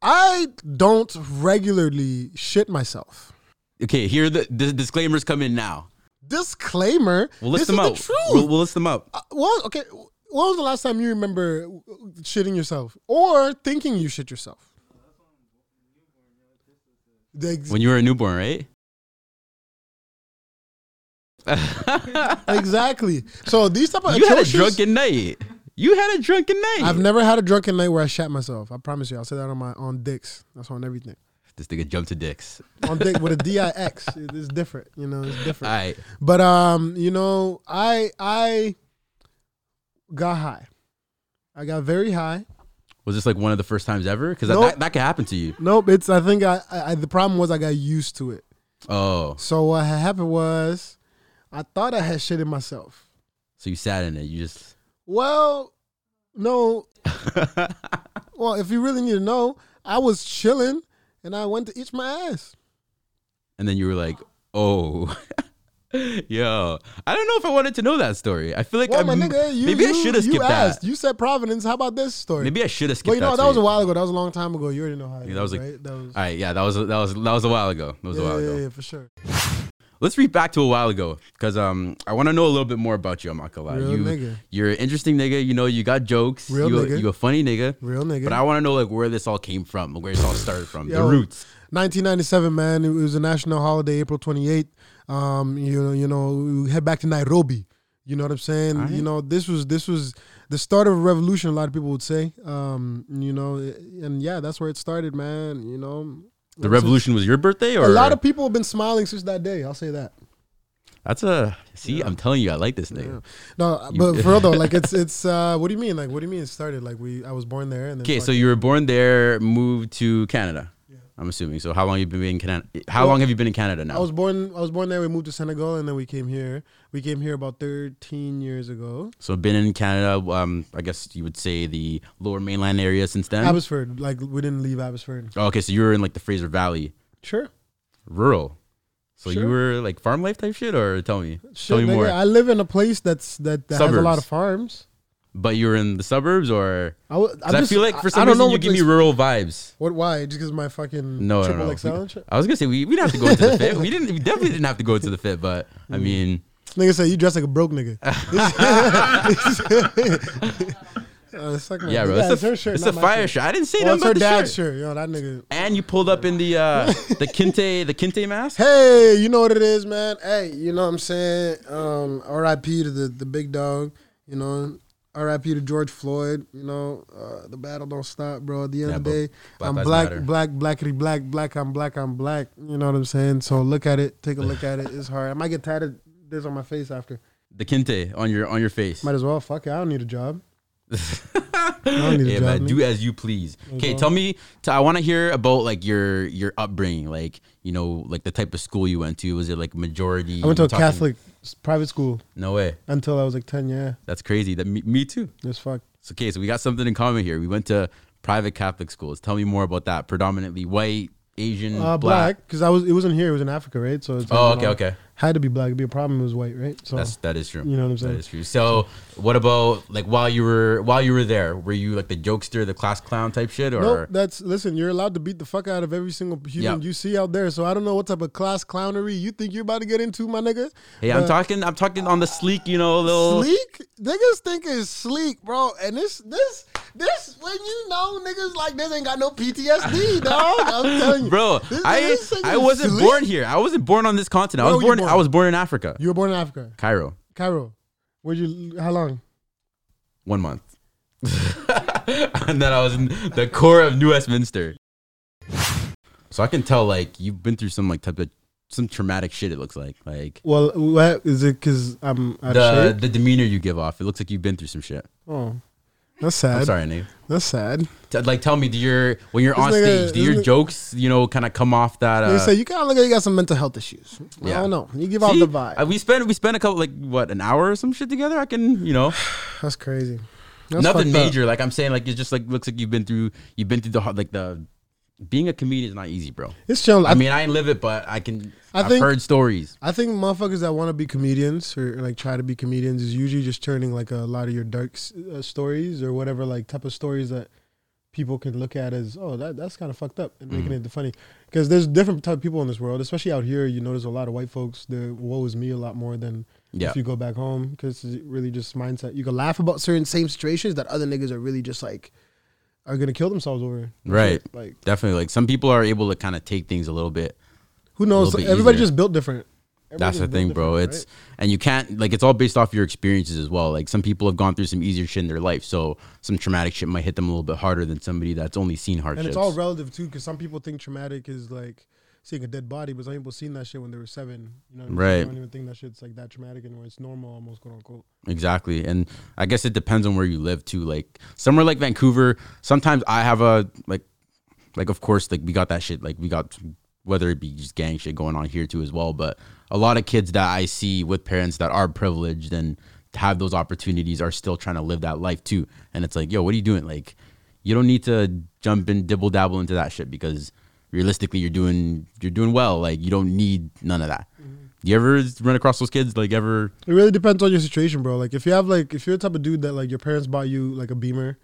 [SPEAKER 1] I don't regularly shit myself.
[SPEAKER 2] okay, here the, the disclaimers come in now.
[SPEAKER 1] Disclaimer.
[SPEAKER 2] We'll list
[SPEAKER 1] this
[SPEAKER 2] them
[SPEAKER 1] is
[SPEAKER 2] out.
[SPEAKER 1] the truth.
[SPEAKER 2] We'll, we'll list them out.
[SPEAKER 1] Uh, well, okay. When was the last time you remember shitting yourself or thinking you shit yourself? The ex-
[SPEAKER 2] When you were a newborn, right? <laughs>
[SPEAKER 1] exactly. So these type of
[SPEAKER 2] You had a
[SPEAKER 1] atrocious-
[SPEAKER 2] drunken night. You had a drunken night.
[SPEAKER 1] I've never had a drunken night where I shat myself. I promise you. I'll say that on my on dicks. That's on everything.
[SPEAKER 2] this nigga jumped to dicks.
[SPEAKER 1] On dick with a D I X. It's different. You know, it's
[SPEAKER 2] All
[SPEAKER 1] different.
[SPEAKER 2] right.
[SPEAKER 1] But um, you know, I I got high. I got very high.
[SPEAKER 2] Was this like one of the first times ever? Because
[SPEAKER 1] Nope.
[SPEAKER 2] that, that could happen to you.
[SPEAKER 1] Nope, it's I think I, I, I the problem was I got used to it.
[SPEAKER 2] Oh,
[SPEAKER 1] So what had happened was, I thought I had shitted myself.
[SPEAKER 2] so you sat in it. You just
[SPEAKER 1] Well, no. well, if you really need to know, I was chilling and I went to itch my ass.
[SPEAKER 2] and then you were like, oh, <laughs> yo, I don't know if I wanted to know that story. I feel like
[SPEAKER 1] Well,
[SPEAKER 2] I'm,
[SPEAKER 1] my nigga, you,
[SPEAKER 2] maybe I
[SPEAKER 1] you-
[SPEAKER 2] should have
[SPEAKER 1] you
[SPEAKER 2] skipped
[SPEAKER 1] asked.
[SPEAKER 2] that.
[SPEAKER 1] You said Providence. How about this story?
[SPEAKER 2] Maybe I should have skipped
[SPEAKER 1] Well, you know
[SPEAKER 2] that.
[SPEAKER 1] that was a
[SPEAKER 2] tweet.
[SPEAKER 1] while ago. That was a long time ago. You already know how. It
[SPEAKER 2] Yeah, that was
[SPEAKER 1] is,
[SPEAKER 2] like-
[SPEAKER 1] right? that was.
[SPEAKER 2] All right, yeah, that was that was that was a while ago. That was
[SPEAKER 1] yeah,
[SPEAKER 2] a while
[SPEAKER 1] yeah,
[SPEAKER 2] ago.
[SPEAKER 1] yeah, for sure.
[SPEAKER 2] Let's read back to a while ago because um, I want to know a little bit more about you. I'm not gonna lie.
[SPEAKER 1] Real
[SPEAKER 2] you,
[SPEAKER 1] nigga.
[SPEAKER 2] You're an interesting nigga. You know, you got jokes.
[SPEAKER 1] Real
[SPEAKER 2] you, a-
[SPEAKER 1] nigga.
[SPEAKER 2] you a funny nigga.
[SPEAKER 1] Real nigga.
[SPEAKER 2] But I want to know like where this all came from, where this all started from, the
[SPEAKER 1] Yo,
[SPEAKER 2] roots.
[SPEAKER 1] 1997, man. It was a national holiday, April 28th. Um, you know, you know, we head back to Nairobi. You know what I'm saying?
[SPEAKER 2] Alright.
[SPEAKER 1] You know, this was this was the start of a revolution. A lot of people would say. Um, you know, and yeah, that's where it started, man. You know,
[SPEAKER 2] The revolution was your birthday, or
[SPEAKER 1] A lot of people have been smiling since that day. I'll say that.
[SPEAKER 2] That's a see. I'm telling you, I like this nigga.
[SPEAKER 1] No, uh,
[SPEAKER 2] You-
[SPEAKER 1] but for real though, like
[SPEAKER 2] <laughs>
[SPEAKER 1] it's it's. Uh, what do you mean? Like, what do you mean? It started like we. I was born there, and then
[SPEAKER 2] Okay, so
[SPEAKER 1] fucking-
[SPEAKER 2] you were born there, moved to Canada. I'm assuming. So how long you been in Canada? How long have you been in Canada now?
[SPEAKER 1] I was born. I was born there. We moved to Senegal, and then we came here. We came here about 13 years ago.
[SPEAKER 2] so been in Canada. Um, I guess you would say the Lower Mainland area since then.
[SPEAKER 1] Abbotsford, like we didn't leave Abbotsford.
[SPEAKER 2] Oh, okay, so you were in like the Fraser Valley,
[SPEAKER 1] Sure.
[SPEAKER 2] rural. So you
[SPEAKER 1] Sure.
[SPEAKER 2] were like farm life type shit, or tell me, tell me
[SPEAKER 1] Shit, nigga,
[SPEAKER 2] more.
[SPEAKER 1] I live in a place that's that, that has a lot
[SPEAKER 2] Suburbs.
[SPEAKER 1] of farms.
[SPEAKER 2] but you were in the suburbs, or
[SPEAKER 1] I, w-
[SPEAKER 2] 'cause I feel like for some reason you give me rural vibes.
[SPEAKER 1] what why? Just because my fucking
[SPEAKER 2] No,
[SPEAKER 1] triple
[SPEAKER 2] no, no.
[SPEAKER 1] XL
[SPEAKER 2] We-
[SPEAKER 1] and shit?
[SPEAKER 2] I was gonna say we we didn't have to go into the fit.
[SPEAKER 1] <laughs>
[SPEAKER 2] We didn't. We definitely didn't have to go into the fit. But
[SPEAKER 1] Mm.
[SPEAKER 2] I mean,
[SPEAKER 1] Nigga said you dress like a broke nigga. <laughs> Uh, suck my
[SPEAKER 2] <laughs> yeah,
[SPEAKER 1] dick.
[SPEAKER 2] bro, it's,
[SPEAKER 1] it's
[SPEAKER 2] a,
[SPEAKER 1] her shirt.
[SPEAKER 2] it's
[SPEAKER 1] not
[SPEAKER 2] a
[SPEAKER 1] my
[SPEAKER 2] fire
[SPEAKER 1] shirt.
[SPEAKER 2] shirt. I didn't say
[SPEAKER 1] Well,
[SPEAKER 2] nothing
[SPEAKER 1] it's her
[SPEAKER 2] about the
[SPEAKER 1] dad's
[SPEAKER 2] shirt.
[SPEAKER 1] shirt. Yo, that nigga.
[SPEAKER 2] And you pulled up in
[SPEAKER 1] <laughs>
[SPEAKER 2] the uh, the kente the kente mask.
[SPEAKER 1] Hey, you know what it is, man. Hey, you know what I'm saying? Um, R.I.P. to the, the big dog, you know. R.I.P. to George Floyd, you know. Uh, the battle don't stop, bro. At the end
[SPEAKER 2] Yeah,
[SPEAKER 1] of
[SPEAKER 2] but
[SPEAKER 1] the day,
[SPEAKER 2] Black
[SPEAKER 1] I'm
[SPEAKER 2] Lives
[SPEAKER 1] black,
[SPEAKER 2] Matter.
[SPEAKER 1] black, blackity black, black, I'm black, I'm black. You know what I'm saying? So look at it, take a look at it. It's hard. I might get tatted this on my face after.
[SPEAKER 2] The kente on your on your face.
[SPEAKER 1] Might as well. Fuck it. I don't need a
[SPEAKER 2] <laughs>
[SPEAKER 1] job. I don't need a
[SPEAKER 2] Yeah,
[SPEAKER 1] job.
[SPEAKER 2] man.
[SPEAKER 1] nigga.
[SPEAKER 2] Do as you please. Okay, tell me. T- I want to hear about like your your upbringing, like you know, like the type of school you went to. Was it like majority?
[SPEAKER 1] I went to
[SPEAKER 2] We're
[SPEAKER 1] a
[SPEAKER 2] talking-
[SPEAKER 1] Catholic s- private school
[SPEAKER 2] No way.
[SPEAKER 1] until I was like 10, yeah.
[SPEAKER 2] That's crazy. That me, me too.
[SPEAKER 1] It's fuck.
[SPEAKER 2] It's okay. So we got something in common here. We went to private Catholic schools. Tell me more about that. Predominantly white, Asian,
[SPEAKER 1] Uh, black, Uh, because I was it wasn't here, it was in Africa, right? So it's
[SPEAKER 2] Oh,
[SPEAKER 1] like, you
[SPEAKER 2] okay, okay.
[SPEAKER 1] Had to be black. It'd be a problem. It was white, right? So
[SPEAKER 2] That's that is true.
[SPEAKER 1] You know what I'm saying?
[SPEAKER 2] That is true. So, what about like while you were while you were there? Were you like the jokester, the class clown type shit, or
[SPEAKER 1] no, that's listen. You're allowed to beat the fuck out of every single human
[SPEAKER 2] Yeah.
[SPEAKER 1] you see out there. So I don't know what type of class clownery you think you're about to get into, my nigga.
[SPEAKER 2] hey, I'm
[SPEAKER 1] Uh,
[SPEAKER 2] talking, I'm talking on the sleek, you know, little.
[SPEAKER 1] Sleek niggas think it's sleek, bro. And this, this, this, when you know niggas like this ain't got no PTSD, dog.
[SPEAKER 2] <laughs>
[SPEAKER 1] I'm telling you,
[SPEAKER 2] Bro,
[SPEAKER 1] This-
[SPEAKER 2] I
[SPEAKER 1] this thing
[SPEAKER 2] I
[SPEAKER 1] is
[SPEAKER 2] wasn't
[SPEAKER 1] sleek.
[SPEAKER 2] born here. I wasn't born on this continent. I
[SPEAKER 1] Where were
[SPEAKER 2] was
[SPEAKER 1] you
[SPEAKER 2] born,
[SPEAKER 1] born?
[SPEAKER 2] I was born in Africa,
[SPEAKER 1] You were born in Africa,
[SPEAKER 2] Cairo,
[SPEAKER 1] Cairo. Where'd you? How long?
[SPEAKER 2] one month, <laughs> and then I was in the core of New Westminster. So I can tell, like, you've been through some like type of some traumatic shit. It looks like, like
[SPEAKER 1] Well, what is it? Because I'm out of
[SPEAKER 2] the
[SPEAKER 1] shape.
[SPEAKER 2] the demeanor you give off. It looks like you've been through some shit.
[SPEAKER 1] Oh, that's
[SPEAKER 2] I'm
[SPEAKER 1] sad.
[SPEAKER 2] sorry, Nate.
[SPEAKER 1] That's sad.
[SPEAKER 2] T- like tell me do your when you're on
[SPEAKER 1] This nigga-
[SPEAKER 2] stage do
[SPEAKER 1] this
[SPEAKER 2] your
[SPEAKER 1] nigga-
[SPEAKER 2] jokes you know kind of come off that uh,
[SPEAKER 1] they say you kind of look like you got some mental health issues.
[SPEAKER 2] Yeah.
[SPEAKER 1] I don't know. You give
[SPEAKER 2] see?
[SPEAKER 1] off the vibe.
[SPEAKER 2] Uh, we spent we spent a couple like what an hour or some shit together i can you know
[SPEAKER 1] That's crazy. That's
[SPEAKER 2] nothing
[SPEAKER 1] fucked up.
[SPEAKER 2] major like i'm saying like it just like looks like you've been through you've been through the hard like the being a comedian is not easy bro
[SPEAKER 1] It's chill. I,
[SPEAKER 2] i, mean i ain't live it but i can I
[SPEAKER 1] I
[SPEAKER 2] have
[SPEAKER 1] think-
[SPEAKER 2] heard stories
[SPEAKER 1] I think motherfuckers that want to be comedians or like try to be comedians is usually just turning like a lot of your dark s- uh, stories or whatever like type of stories that people can look at as oh that that's kind of fucked up and making it
[SPEAKER 2] Mm-hmm.
[SPEAKER 1] into funny because there's different type of people in this world especially out here you notice a lot of white folks they woe is me a lot more than
[SPEAKER 2] Yeah.
[SPEAKER 1] if you go back home because it's really just mindset you can laugh about certain same situations that other niggas are really just like are gonna kill themselves over
[SPEAKER 2] Right.
[SPEAKER 1] like
[SPEAKER 2] definitely like some people are able to kind of take things a little bit
[SPEAKER 1] who knows
[SPEAKER 2] little bit
[SPEAKER 1] everybody
[SPEAKER 2] easier.
[SPEAKER 1] just built different
[SPEAKER 2] That's
[SPEAKER 1] Everybody's
[SPEAKER 2] the
[SPEAKER 1] built
[SPEAKER 2] thing, bro.
[SPEAKER 1] different,
[SPEAKER 2] It's
[SPEAKER 1] right?
[SPEAKER 2] and you can't like it's all based off your experiences as well. Like some people have gone through some easier shit in their life, so some traumatic shit might hit them a little bit harder than somebody that's only seen hardships.
[SPEAKER 1] and it's all relative too because some people think traumatic is like seeing a dead body but some people seen that shit when they were seven you know what I mean?
[SPEAKER 2] Right.
[SPEAKER 1] they don't even think that shit's like that traumatic anymore it's normal almost quote unquote
[SPEAKER 2] Exactly. And I guess it depends on where you live too. Like somewhere like Vancouver, sometimes I have a like like of course like we got that shit like we got whether it be just gang shit going on here too as well, but a lot of kids that I see with parents that are privileged and have those opportunities are still trying to live that life too. And it's like, yo, what are you doing? Like you don't need to jump and dibble dabble into that shit because realistically you're doing you're doing well. Like you don't need none of that. Do you ever run across those kids like ever
[SPEAKER 1] it really depends on your situation bro like if you have like if you're the type of dude that like your parents bought you like a beamer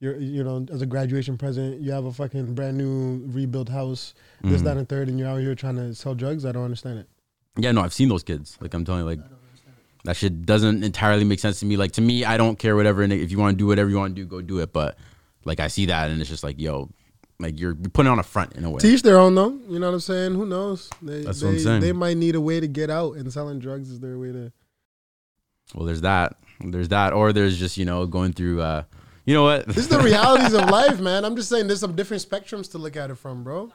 [SPEAKER 1] you're, you know, as a graduation present, you have a
[SPEAKER 2] Mm-hmm.
[SPEAKER 1] fucking brand new rebuilt house, this, that, and third, and you're out here trying to sell drugs. I don't understand it.
[SPEAKER 2] Yeah, no, I've seen those kids. Like I'm telling you, like that shit doesn't entirely make sense to me. Like to me, I don't care whatever. And if you want to do whatever you want to do, go do it. But like I see that, and it's just like, yo, like you're putting on a front in a way.
[SPEAKER 1] Teach their own though. You know what I'm saying? Who knows? They,
[SPEAKER 2] That's
[SPEAKER 1] they,
[SPEAKER 2] what I'm saying.
[SPEAKER 1] They might need a way to get out, and selling drugs is their way to.
[SPEAKER 2] Well, there's that. There's that, or there's just you know going through. uh You know what?
[SPEAKER 1] This is the realities of life, man. I'm just saying, there's some different spectrums to look at it from, bro.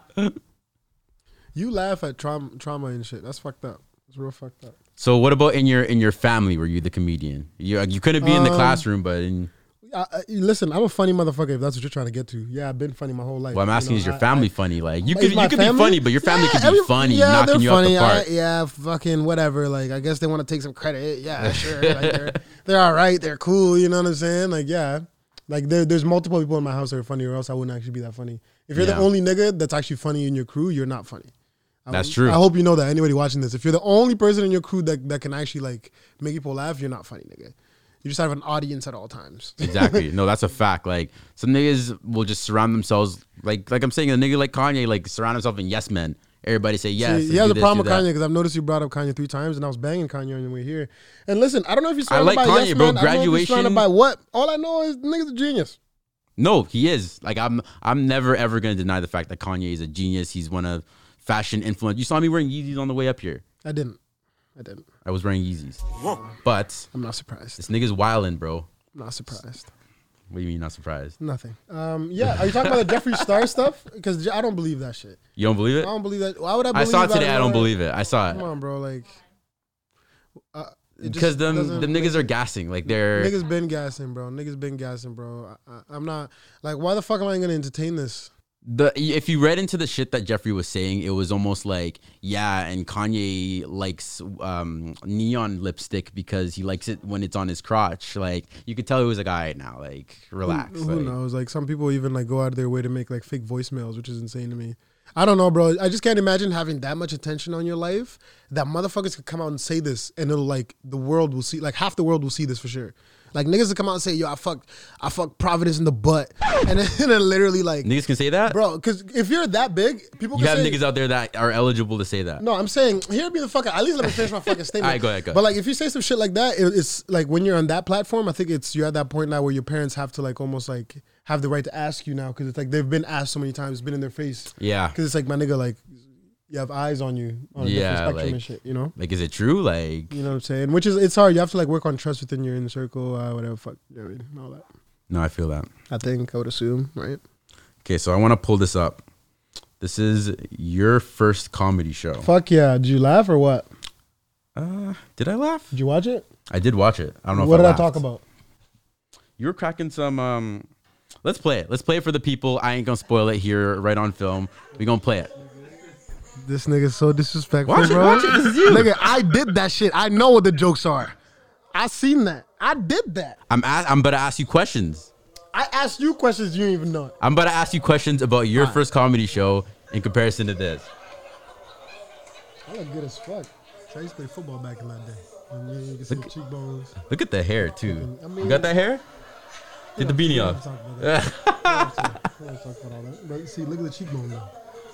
[SPEAKER 1] You laugh at trauma, trauma and shit. That's fucked up. It's real fucked up.
[SPEAKER 2] <laughs> so what about in your in your family? Were you the comedian? You you couldn't be in the
[SPEAKER 1] Um,
[SPEAKER 2] classroom, but in,
[SPEAKER 1] I, I, listen, I'm a funny motherfucker. If that's what you're trying to get to, yeah, I've been funny my whole life.
[SPEAKER 2] well, I'm
[SPEAKER 1] You
[SPEAKER 2] asking
[SPEAKER 1] know,
[SPEAKER 2] is your
[SPEAKER 1] I-
[SPEAKER 2] family funny? Like you
[SPEAKER 1] I-
[SPEAKER 2] could
[SPEAKER 1] is my
[SPEAKER 2] you could be
[SPEAKER 1] family-
[SPEAKER 2] funny, but your family
[SPEAKER 1] Yeah,
[SPEAKER 2] could be
[SPEAKER 1] every-
[SPEAKER 2] funny,
[SPEAKER 1] yeah,
[SPEAKER 2] knocking
[SPEAKER 1] they're
[SPEAKER 2] you
[SPEAKER 1] funny.
[SPEAKER 2] out the
[SPEAKER 1] I-
[SPEAKER 2] park.
[SPEAKER 1] yeah, fucking whatever. Like, I guess they want to take some credit.
[SPEAKER 2] <laughs>
[SPEAKER 1] Yeah, sure. Like, they're, they're all right. They're cool. You know what I'm saying? Like, yeah. Like, there, there's multiple people in my house that are funny, or else I wouldn't actually be that funny. If you're
[SPEAKER 2] Yeah.
[SPEAKER 1] the only nigga that's actually funny in your crew, you're not funny. I
[SPEAKER 2] That's
[SPEAKER 1] would-
[SPEAKER 2] true.
[SPEAKER 1] I hope you know that. Anybody watching this, if you're the only person in your crew that, that can actually like make people laugh, you're not funny, nigga. You just have an audience at all times. <laughs>
[SPEAKER 2] Exactly. No, that's a fact. Like some niggas will just surround themselves like like I'm saying a nigga like Kanye like surround himself in yes men. Everybody say yes.
[SPEAKER 1] See,
[SPEAKER 2] and
[SPEAKER 1] he has
[SPEAKER 2] do
[SPEAKER 1] a
[SPEAKER 2] this,
[SPEAKER 1] problem
[SPEAKER 2] do
[SPEAKER 1] with Kanye
[SPEAKER 2] that.
[SPEAKER 1] because I've noticed you brought up Kanye three times, and I was banging Kanye on the way here. And listen, I don't know if you're
[SPEAKER 2] I
[SPEAKER 1] surrounded
[SPEAKER 2] like
[SPEAKER 1] by
[SPEAKER 2] Kanye,
[SPEAKER 1] yes
[SPEAKER 2] bro.
[SPEAKER 1] men. I don't know if you're
[SPEAKER 2] Graduation-
[SPEAKER 1] surrounded by what? All I know is the niggas a genius.
[SPEAKER 2] No, he is. Like I'm I'm never ever gonna deny the fact that Kanye is a genius. He's one of fashion influence. You saw me wearing Yeezys on the way up here.
[SPEAKER 1] I didn't. I didn't.
[SPEAKER 2] I was wearing Yeezys. But
[SPEAKER 1] I'm not surprised.
[SPEAKER 2] this nigga's wildin', bro.
[SPEAKER 1] I'm not surprised.
[SPEAKER 2] What do you mean not surprised?
[SPEAKER 1] Nothing. Um, yeah. Are you talking about the Jeffree Star stuff? Because I don't believe that shit.
[SPEAKER 2] You don't believe
[SPEAKER 1] I
[SPEAKER 2] it?
[SPEAKER 1] don't believe that. Why would I?
[SPEAKER 2] I
[SPEAKER 1] Believe
[SPEAKER 2] saw it
[SPEAKER 1] that
[SPEAKER 2] today, I don't
[SPEAKER 1] another-
[SPEAKER 2] believe it. I saw
[SPEAKER 1] Come
[SPEAKER 2] it.
[SPEAKER 1] on, bro. Like, uh, it just
[SPEAKER 2] Because them
[SPEAKER 1] doesn't
[SPEAKER 2] them
[SPEAKER 1] make
[SPEAKER 2] niggas are gassing. Like they're
[SPEAKER 1] Niggas been gassing, bro. Niggas been gassing, bro. I, I, I'm not like, why the fuck am I gonna entertain this?
[SPEAKER 2] the if you read into the shit that Jeffrey was saying, it was almost like yeah, and Kanye likes um, neon lipstick because he likes it when it's on his crotch. Like you could tell he was like, all right, now like relax.
[SPEAKER 1] Who
[SPEAKER 2] like,
[SPEAKER 1] knows? Like some people even like go out of their way to make like fake voicemails, which is insane to me. I don't know, bro. I just can't imagine having that much attention on your life that motherfuckers could come out and say this, and it'll like the world will see, like half the world will see this for sure. Like niggas will come out and say, "Yo, I fucked, I fucked Providence in the butt," and then, <laughs> and then literally like,
[SPEAKER 2] Niggas can say that.
[SPEAKER 1] bro, because if you're that big, people
[SPEAKER 2] you
[SPEAKER 1] can
[SPEAKER 2] have
[SPEAKER 1] say,
[SPEAKER 2] niggas out there that are eligible to say that.
[SPEAKER 1] no, I'm saying here be the fucker. At least let me finish my fucking statement.
[SPEAKER 2] Alright, go ahead, go ahead.
[SPEAKER 1] But like, if you say some shit like that, it, it's like when you're on that platform, I think it's you're at that point now where your parents have to like almost like have the right to ask you now because it's like they've been asked so many times, it's been in their face.
[SPEAKER 2] Yeah.
[SPEAKER 1] Because it's like my nigga, like you have eyes on you on a
[SPEAKER 2] Yeah,
[SPEAKER 1] different spectrum
[SPEAKER 2] like-
[SPEAKER 1] and shit. You know.
[SPEAKER 2] Like, is it true? Like,
[SPEAKER 1] You know what I'm saying? Which is it's hard. You have to like work on trust within your inner circle, uh, whatever. Fuck, you know what I mean, all that.
[SPEAKER 2] no, I feel that.
[SPEAKER 1] I think I would assume, right?
[SPEAKER 2] Okay, so I want to pull this up. This is your first comedy show.
[SPEAKER 1] Fuck yeah! Did you laugh or what?
[SPEAKER 2] Uh, did I laugh?
[SPEAKER 1] Did you watch it?
[SPEAKER 2] I did watch it. I don't know.
[SPEAKER 1] What
[SPEAKER 2] Oh,
[SPEAKER 1] did
[SPEAKER 2] if I
[SPEAKER 1] I
[SPEAKER 2] laughed.
[SPEAKER 1] talk about?
[SPEAKER 2] You were cracking some. Um, let's play it. Let's play it for the people. I ain't gonna spoil it here, right on film. We gonna play it.
[SPEAKER 1] This nigga's so disrespectful,
[SPEAKER 2] Watch it,
[SPEAKER 1] bro.
[SPEAKER 2] watch it, this is you.
[SPEAKER 1] Nigga, I did that shit. I know what the jokes are. I seen that. I did that.
[SPEAKER 2] I'm a- I'm about to ask you questions.
[SPEAKER 1] I asked you questions you didn't even know.
[SPEAKER 2] I'm about to ask you questions about your first comedy show in comparison to this.
[SPEAKER 1] I look good as fuck. So I used to play football back in that day. I mean, you can see the cheekbones.
[SPEAKER 2] Look at the hair too.
[SPEAKER 1] I mean-
[SPEAKER 2] You got that hair? Get the beanie off. <laughs>
[SPEAKER 1] Bro, see, look at the cheekbone now.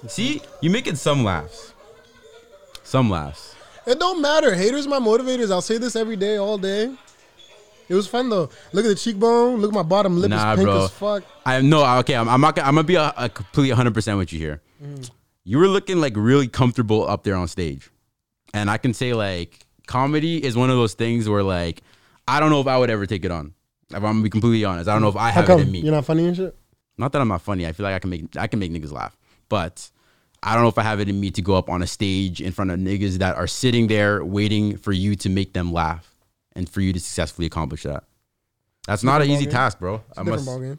[SPEAKER 2] See, you making some laughs. Some laughs.
[SPEAKER 1] It don't matter. Haters, my motivators. I'll say this every day, all day. It was fun though. Look at the cheekbone. Look at my bottom lip
[SPEAKER 2] Nah,
[SPEAKER 1] is pink
[SPEAKER 2] bro.
[SPEAKER 1] as fuck.
[SPEAKER 2] I no. Okay, I'm, I'm not. gonna- I'm gonna be a, a completely 100 percent with you here. You were looking like really comfortable up there on stage, and I can say like comedy is one of those things where like I don't know if I would ever take it on. If I'm gonna be completely honest, I don't know if I
[SPEAKER 1] How
[SPEAKER 2] have it in
[SPEAKER 1] come
[SPEAKER 2] me.
[SPEAKER 1] you're not funny and shit?
[SPEAKER 2] not that I'm not funny. I feel like I can make I can make niggas laugh, but I don't know if I have it in me to go up on a stage in front of niggas that are sitting there waiting for you to make them laugh and for you to successfully accomplish that. That's not an
[SPEAKER 1] Different
[SPEAKER 2] easy
[SPEAKER 1] ballgame.
[SPEAKER 2] task, bro. I
[SPEAKER 1] Different
[SPEAKER 2] must
[SPEAKER 1] ballgame.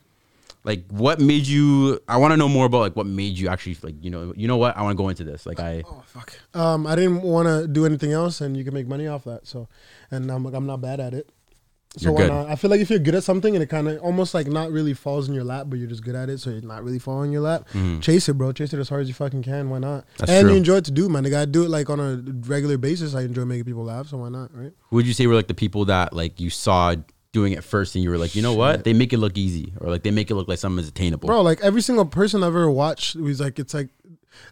[SPEAKER 2] like what made you I want to know more about like what made you actually like you know you know what I want to go into this like I
[SPEAKER 1] Oh fuck. Um, I didn't want to do anything else, and you can make money off that. So, and I'm like, I'm not bad at it. So
[SPEAKER 2] You're
[SPEAKER 1] why
[SPEAKER 2] good.
[SPEAKER 1] not? I feel like if you're good at something, and it kind of almost like not really falls in your lap, but you're just good at it, so it's not really falling in your lap. Chase it, bro. Chase it as hard as you fucking can. Why not?
[SPEAKER 2] Mm-hmm. That's
[SPEAKER 1] and
[SPEAKER 2] true.
[SPEAKER 1] you enjoy it to do, man. Like I do it like on a regular basis. I enjoy making people laugh, so why not? Right?
[SPEAKER 2] who would you say were like the people that like you saw doing it first and you were like you know what they make it look easy or like they make it look like something's attainable
[SPEAKER 1] Bro, like every single person I've ever watched was like, it's like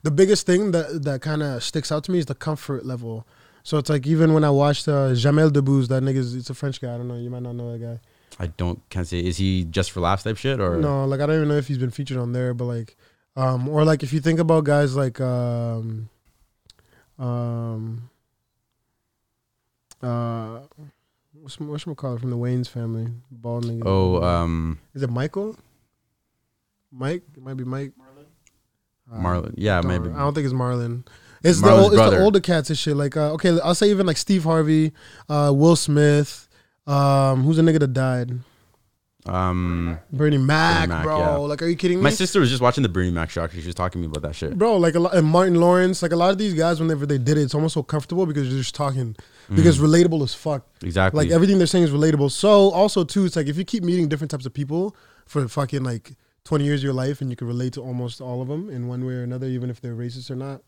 [SPEAKER 1] the biggest thing that that kind of sticks out to me is the comfort level So it's like even when I watched uh, Jamel Debbouze, that nigga's it's a French guy. I don't know. You might not know that guy.
[SPEAKER 2] I don't can't say. Is he just for laughs type shit or
[SPEAKER 1] No, like I don't even know if he's been featured on there, but like, um, or like if you think about guys like, um, um, uh, what's what's call it from the Wayne's family, bald nigga.
[SPEAKER 2] Oh, um,
[SPEAKER 1] is it Michael? Mike? It might be Mike. Uh,
[SPEAKER 2] Marlon. Yeah,
[SPEAKER 1] don't
[SPEAKER 2] maybe.
[SPEAKER 1] remember. I don't think it's Marlon. It's the
[SPEAKER 2] Marlon's
[SPEAKER 1] old, it's the
[SPEAKER 2] brother.
[SPEAKER 1] older cats and shit. Like uh, okay, I'll say even like Steve Harvey, uh, Will Smith. Um, who's a nigga that died?
[SPEAKER 2] Um,
[SPEAKER 1] Bernie Mac,
[SPEAKER 2] Mac,
[SPEAKER 1] bro.
[SPEAKER 2] yeah.
[SPEAKER 1] Like, are you kidding me?
[SPEAKER 2] my sister was just watching the Bernie Mac show. Actually, she was talking to me about that shit.
[SPEAKER 1] bro like a lot and martin lawrence like a lot of these guys whenever they did it it's almost so comfortable because you're just talking
[SPEAKER 2] Mm-hmm.
[SPEAKER 1] because relatable as fuck
[SPEAKER 2] Mm, Exactly.
[SPEAKER 1] like everything they're saying is relatable so also too it's like if you keep meeting different types of people for fucking like 20 years of your life and you can relate to almost all of them in one way or another even if they're racist or not